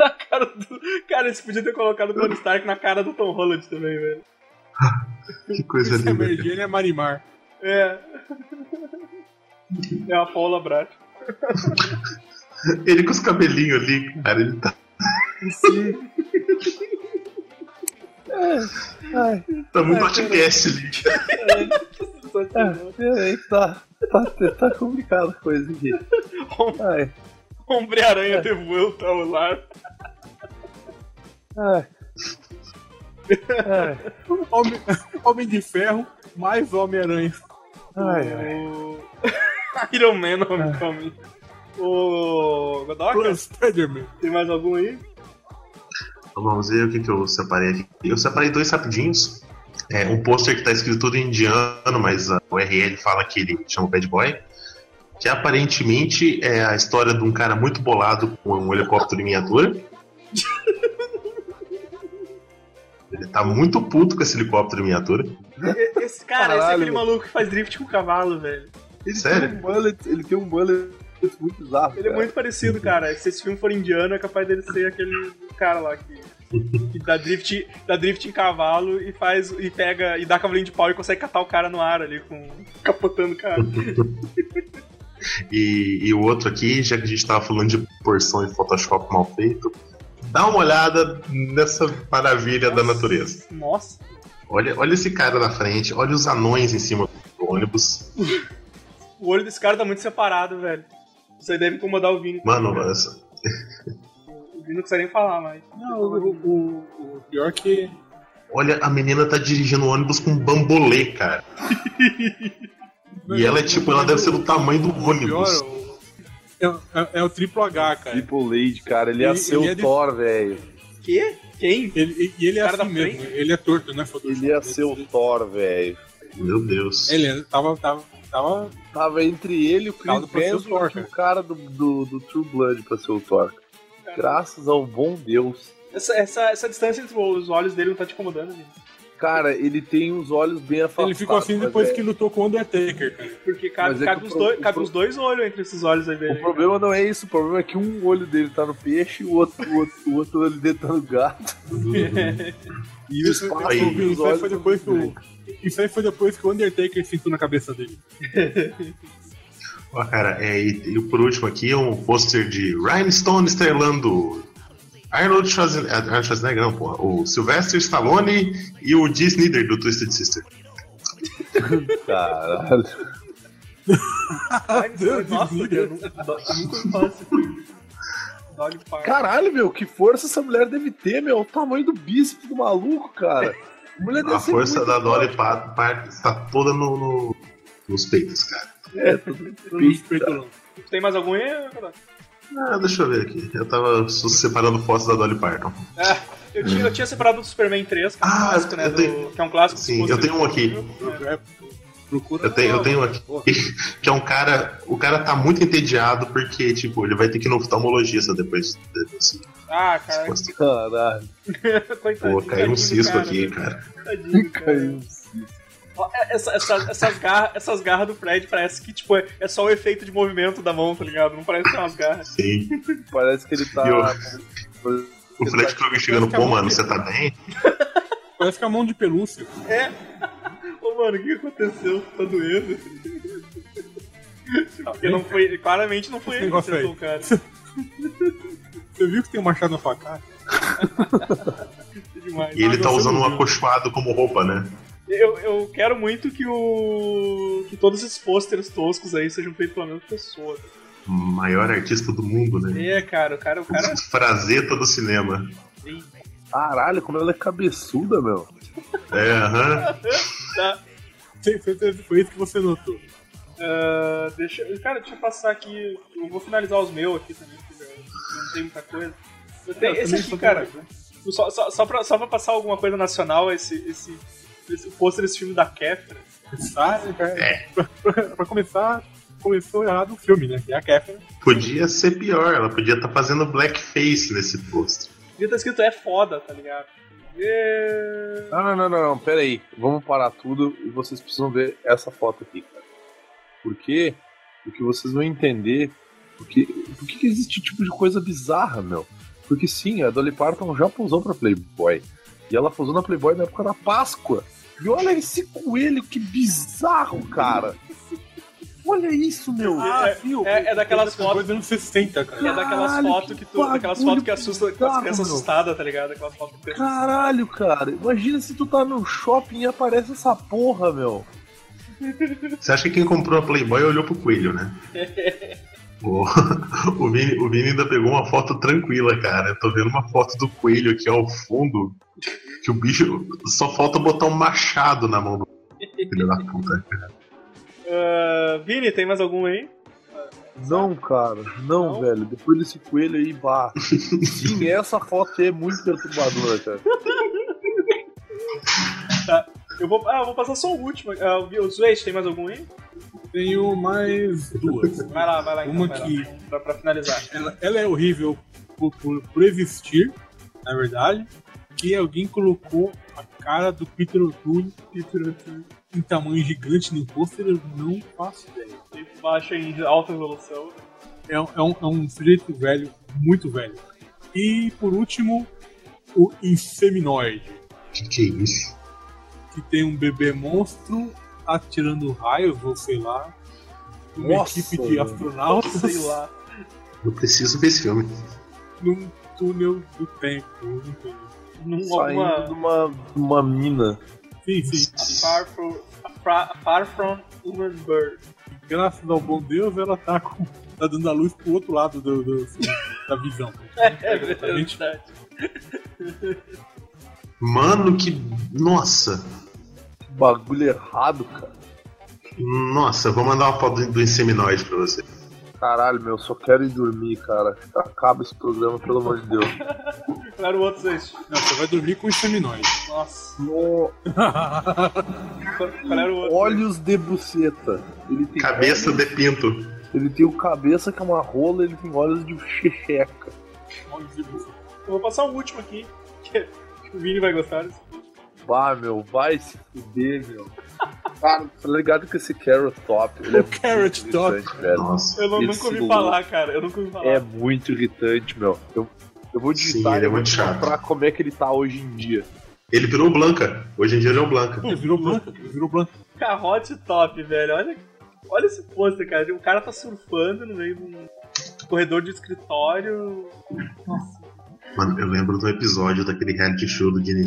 Speaker 2: A cara do. Cara, eles podiam ter colocado o Tony Stark na cara do Tom Holland também, velho.
Speaker 3: Que coisa
Speaker 5: Esse é
Speaker 3: linda.
Speaker 5: Mergênio é Marimar.
Speaker 2: É. É a Paula Brat.
Speaker 3: Ele com os cabelinhos ali, cara, ele tá.
Speaker 5: Sim.
Speaker 3: Tá muito podcast, Link.
Speaker 8: Ah, peraí, que tá, tá, tá complicada a coisa aqui. Ai,
Speaker 2: Homem-Aranha de tá volta ao lar.
Speaker 8: ai. Ai,
Speaker 5: Homem, [laughs] Homem de Ferro, mais Homem-Aranha.
Speaker 8: ai, ai.
Speaker 2: O... [laughs] Iron Man Homecoming. O Godoka,
Speaker 5: Plus Spider-Man.
Speaker 2: tem mais algum aí?
Speaker 3: Então Vamos ver o que, que eu separei aqui. Eu separei dois rapidinhos. É, um pôster que tá escrito tudo em indiano, mas a URL fala que ele chama Bad Boy. Que aparentemente é a história de um cara muito bolado com um helicóptero em miniatura. Ele tá muito puto com esse helicóptero em miniatura.
Speaker 2: E- Esse cara, esse é
Speaker 4: Caralho,
Speaker 2: aquele maluco que faz drift com o cavalo, velho.
Speaker 8: Ele
Speaker 3: Sério?
Speaker 8: Tem um mullet, ele tem um mullet muito bizarro.
Speaker 2: Ele é
Speaker 8: cara.
Speaker 2: muito parecido, cara. Se esse filme for indiano, é capaz dele ser aquele cara lá que, que dá, drift, dá drift em cavalo e faz e pega e dá cavalinho de pau e consegue catar o cara no ar ali, com, capotando o cara.
Speaker 3: E, e o outro aqui, já que a gente tava falando de porção e Photoshop mal feito, dá uma olhada nessa maravilha é da natureza.
Speaker 2: Nossa.
Speaker 3: Olha, olha esse cara na frente, olha os anões em cima do ônibus.
Speaker 2: O olho desse cara tá muito separado, velho. Isso aí deve incomodar o Vini.
Speaker 3: Mano, essa-
Speaker 2: O Vini não precisa nem falar mais.
Speaker 5: Não, o, o- o pior que.
Speaker 3: olha, a menina tá dirigindo o ônibus com um bambolê, cara.
Speaker 4: [laughs]
Speaker 3: E ela é tipo, ela deve ser do tamanho do
Speaker 5: Pior,
Speaker 3: ônibus.
Speaker 5: o- é, é- é o triplo H, cara.
Speaker 4: Triple Lady, cara, ele ia
Speaker 5: Ele-
Speaker 4: ser
Speaker 5: ele
Speaker 4: o
Speaker 5: é de-
Speaker 4: Thor, velho.
Speaker 2: Quê? Quem?
Speaker 5: Ele, e- e ele é
Speaker 2: Cara da
Speaker 5: assim mesmo, ele é torto, né, Photoshop?
Speaker 4: Ele ia ser o Thor, velho.
Speaker 3: Meu Deus.
Speaker 5: Ele é- tava, tava, tava
Speaker 4: Tava entre ele, o Chris
Speaker 5: Tava pra ser o
Speaker 4: Hemsworth
Speaker 5: Thor,
Speaker 4: e
Speaker 5: cara.
Speaker 4: o cara do, do, do True Blood pra ser o Thor. Graças ao bom Deus.
Speaker 2: Essa, essa, essa distância entre os olhos dele não tá te incomodando, Vini.
Speaker 4: Cara, ele tem os olhos bem afastados.
Speaker 5: Ele ficou assim
Speaker 4: mas
Speaker 5: depois
Speaker 4: é-
Speaker 5: que lutou com o Undertaker, cara.
Speaker 2: Porque cabe,
Speaker 4: Mas é
Speaker 2: cabe
Speaker 4: que o
Speaker 2: os,
Speaker 4: pro-
Speaker 2: dois,
Speaker 4: o
Speaker 2: cabe
Speaker 4: pro-
Speaker 2: os dois olhos entre esses olhos aí
Speaker 4: O
Speaker 2: dele.
Speaker 4: problema não é isso, o problema é que um olho dele tá no peixe e o outro, o outro, o outro olho dele tá no gato. E o espaço
Speaker 3: Aí.
Speaker 4: entre os
Speaker 5: Isso aí
Speaker 4: olhos
Speaker 5: foi
Speaker 4: tá
Speaker 5: depois que
Speaker 4: muito
Speaker 5: o. Isso aí foi depois que o Undertaker sentou na cabeça dele.
Speaker 3: Ó, cara, é, e, e por último aqui é um pôster de Rhinestone estrelando Arnold Schwarzenegger, Arnold Schwarzenegger não, porra, o Sylvester Stallone e o Dee Snider do Twisted Sister.
Speaker 4: grande. Caralho. é
Speaker 2: Ai,
Speaker 5: Deus,
Speaker 2: Nossa,
Speaker 5: Vini.
Speaker 2: eu nunca nunca faço isso. Dog Park.
Speaker 4: [laughs] Caralho, meu, que força essa mulher deve ter, meu. O tamanho do bíceps do maluco, cara. A mulher deve
Speaker 3: A
Speaker 4: ser
Speaker 3: força
Speaker 4: muito
Speaker 3: da Dolly
Speaker 4: forte.
Speaker 3: Pa- Parton está toda no- no- nos peitos, cara. tá.
Speaker 5: Respeito, não.
Speaker 2: Tem mais algum aí? Cadê?
Speaker 3: Ah, deixa eu ver aqui. Eu tava só separando fotos da Dolly Parton.
Speaker 2: Ah, eu, tinha, eu tinha separado do Superman 3, que é um
Speaker 3: Ah,
Speaker 2: clássico, né?
Speaker 3: eu
Speaker 2: do-
Speaker 3: tenho-
Speaker 2: Que é um clássico.
Speaker 3: Sim,
Speaker 2: dos
Speaker 3: eu tenho um aqui.
Speaker 2: possíveis.
Speaker 5: É, procura.
Speaker 3: Eu tenho, eu
Speaker 5: lá,
Speaker 3: tenho
Speaker 5: mano.
Speaker 3: aqui
Speaker 5: Porra.
Speaker 3: que é um cara. O cara tá muito entediado porque, tipo, ele vai ter que ir no oftalmologista depois desse
Speaker 2: Ah, cara,
Speaker 3: posto.
Speaker 4: Caralho,
Speaker 2: coitadinho.
Speaker 3: Pô, caiu um
Speaker 2: tadinho do
Speaker 3: cisco
Speaker 2: Tá cara,
Speaker 3: aqui,
Speaker 2: né?
Speaker 3: cara.
Speaker 2: Tadinho, cara.
Speaker 4: caiu.
Speaker 2: Ó, é- essa- essa- essas, garra- essas garras do Fred parece que, tipo, é, é só o efeito de movimento da mão, tá ligado? Não parece que é umas garras.
Speaker 3: Sim.
Speaker 4: Parece que ele tá.
Speaker 3: E o-
Speaker 4: Parece
Speaker 2: Tá
Speaker 3: O Fred Krueger chegando,
Speaker 2: é um
Speaker 3: pô, mano, você tá bem?
Speaker 5: Parece que é a mão de pelúcia.
Speaker 2: Ô, mano, o que aconteceu? Tá doendo? Porque não foi, claramente não foi
Speaker 5: Esse
Speaker 2: ele que
Speaker 5: negócio
Speaker 2: acertou
Speaker 5: aí.
Speaker 2: o cara.
Speaker 5: Você viu que tem um machado na sua cara?
Speaker 2: É demais.
Speaker 3: E ele tá
Speaker 5: você
Speaker 3: usando
Speaker 5: não
Speaker 3: um
Speaker 5: viu.
Speaker 3: acolchoado como roupa, né?
Speaker 2: Eu, eu quero muito que o. que todos esses pôsteres toscos aí sejam feitos pela mesma pessoa.
Speaker 3: O Maior artista do mundo, né?
Speaker 2: É, cara, o cara, o cara.
Speaker 3: Frazeta do cinema.
Speaker 4: Caralho, como ela é cabeçuda, meu.
Speaker 3: É, aham.
Speaker 5: Tem certeza que Foi isso que você notou.
Speaker 2: ah, deixa, cara, deixa eu passar aqui. Eu vou finalizar os meus aqui também, porque eu não tem muita coisa. Eu tenho,
Speaker 5: Eu
Speaker 2: esse
Speaker 5: também
Speaker 2: aqui,
Speaker 5: sou
Speaker 2: cara.
Speaker 5: demais, né?
Speaker 2: Só, só, só, pra, só pra passar alguma coisa nacional, esse, esse, esse pôster desse filme da Kefra.
Speaker 5: Sabe, cara? né? [laughs] Pra, pra começar, começou errado o filme, né? Que é a Catherine.
Speaker 3: Podia ser pior, ela podia estar fazendo blackface nesse posto.
Speaker 2: Devia estar escrito é foda, tá ligado? É...
Speaker 4: Não, não, não, não, não, pera aí. Vamos parar tudo e vocês precisam ver essa foto aqui, cara. Por quê? Porque vocês vão entender por que, por que, que existe tipo de coisa bizarra, meu. Porque sim, a Dolly Parton já pousou pra Playboy. E ela pousou na Playboy na época da Páscoa. E olha esse coelho, que bizarro, cara.
Speaker 9: Olha isso, meu.
Speaker 5: Ah,
Speaker 2: é-
Speaker 5: sim, o-
Speaker 2: é- é daquelas
Speaker 5: essas coisas
Speaker 2: fotos-
Speaker 5: dos anos 60, cara.
Speaker 2: É daquelas
Speaker 4: Caralho,
Speaker 2: fotos que tu.
Speaker 4: que
Speaker 2: Daquelas
Speaker 4: bagulho
Speaker 2: fotos que assusta com as
Speaker 4: bizarro,
Speaker 2: crianças
Speaker 4: meu.
Speaker 2: assustadas, tá ligado? Aquelas fotos que
Speaker 4: Caralho, cara. Imagina se tu tá no shopping e aparece essa porra, meu.
Speaker 3: Você acha que quem comprou a Playboy olhou pro coelho, né? O, [laughs] o, Vini, o Vini ainda pegou uma foto tranquila, cara. Eu tô vendo uma foto do coelho aqui ao fundo. Que o bicho. Só falta botar um machado na mão do filho da puta.
Speaker 2: Ah, Vini, tem mais algum aí?
Speaker 4: Não, cara. Não,
Speaker 2: Não?
Speaker 4: velho. Depois desse coelho aí, bah. Sim, essa foto aí é muito perturbadora, cara.
Speaker 2: Eu vou, ah, eu vou passar só o último. Ah, o Vi- o Zuete, tem mais algum aí?
Speaker 5: Tenho mais duas.
Speaker 2: Vai lá, vai lá. Então,
Speaker 5: Uma
Speaker 2: vai lá.
Speaker 5: que-
Speaker 2: Pra, pra finalizar.
Speaker 5: Ela, ela é horrível por, por, por existir, na verdade, que alguém colocou a cara do Peter O'Toole Peter O'Toole, em tamanho gigante no pôster, eu não faço ideia.
Speaker 2: Ele Baixa em alta resolução.
Speaker 5: É, um- é um, é um sujeito velho, muito velho. E, por último, o Inseminoide.
Speaker 3: Que que é isso?
Speaker 5: que tem um bebê monstro atirando raios, ou sei lá. Uma
Speaker 4: Nossa,
Speaker 5: equipe de
Speaker 4: mano.
Speaker 5: astronautas
Speaker 2: Sei lá.
Speaker 3: Eu preciso ver esse filme.
Speaker 5: num túnel do tempo. eu não entendo.
Speaker 2: Num,
Speaker 4: Saindo de
Speaker 2: alguma.
Speaker 4: uma, de uma mina.
Speaker 5: Sim, sim.
Speaker 2: Far from, fra- far from Human Bird.
Speaker 5: Graças ao bom Deus, ela tá, com, tá dando a luz pro outro lado do, do- assim, da visão.
Speaker 2: É verdade.
Speaker 3: Mano, que. Nossa!
Speaker 4: Que bagulho errado, cara.
Speaker 3: Nossa, eu vou mandar uma foto do inseminoide pra você.
Speaker 4: Caralho, meu, só quero ir dormir, cara. Acaba esse programa, pelo amor de Deus.
Speaker 2: Qual era o outro Zuete?
Speaker 5: Não, você vai dormir com os seminoides.
Speaker 2: Nossa.
Speaker 4: No-
Speaker 2: Qual, qual era o outro?
Speaker 4: Olhos de buceta. Ele tem,
Speaker 3: Cabeça de pinto.
Speaker 4: ele tem o cabeça que é uma rola, ele tem olhos de checheca.
Speaker 2: Eu vou passar o último aqui. Que que o Vini vai gostar.
Speaker 4: Bah, meu, vai se fuder, meu. Cara, tá ligado com esse Carrot Top? Ele é muito
Speaker 5: Carrot Top.
Speaker 4: irritante, velho.
Speaker 3: Nossa.
Speaker 2: Eu não,
Speaker 4: Esse
Speaker 2: nunca ouvi
Speaker 4: louco.
Speaker 2: falar, cara. Eu nunca ouvi falar.
Speaker 4: É muito irritante, meu. Eu, eu vou digitar
Speaker 3: Sim, ele é
Speaker 4: eu vou
Speaker 3: muito
Speaker 4: te
Speaker 3: chato.
Speaker 4: mostrar como é que ele tá hoje em dia.
Speaker 3: Ele virou Blanca. Hoje em dia ele é um Blanca.
Speaker 5: Ele [laughs] virou branco, ele virou branco.
Speaker 2: Carrote top, velho. Olha, olha esse pôster, cara. O cara tá surfando no meio de um corredor de escritório.
Speaker 3: Mano, eu lembro do episódio daquele reality show do Disney.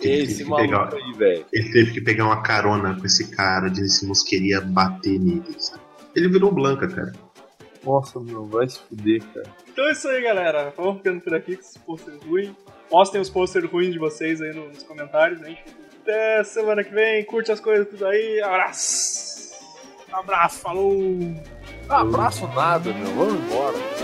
Speaker 3: Ele
Speaker 4: Esse
Speaker 3: teve, que pegar,
Speaker 4: maluco aí, velho.
Speaker 3: ele teve que pegar uma carona com esse cara, o Disney Simmons queria bater nele. sabe? Ele virou Blanca, cara.
Speaker 4: Nossa, meu, vai se fuder, cara.
Speaker 2: Então é isso aí, galera. Vamos ficando por aqui com esses pôsteres ruins. Postem os pôsteres ruins de vocês aí no- nos comentários, hein? Até semana que vem. Curte as coisas tudo aí. Abraço!
Speaker 5: Abraço, falou!
Speaker 4: Abraço nada, meu. Vamos embora.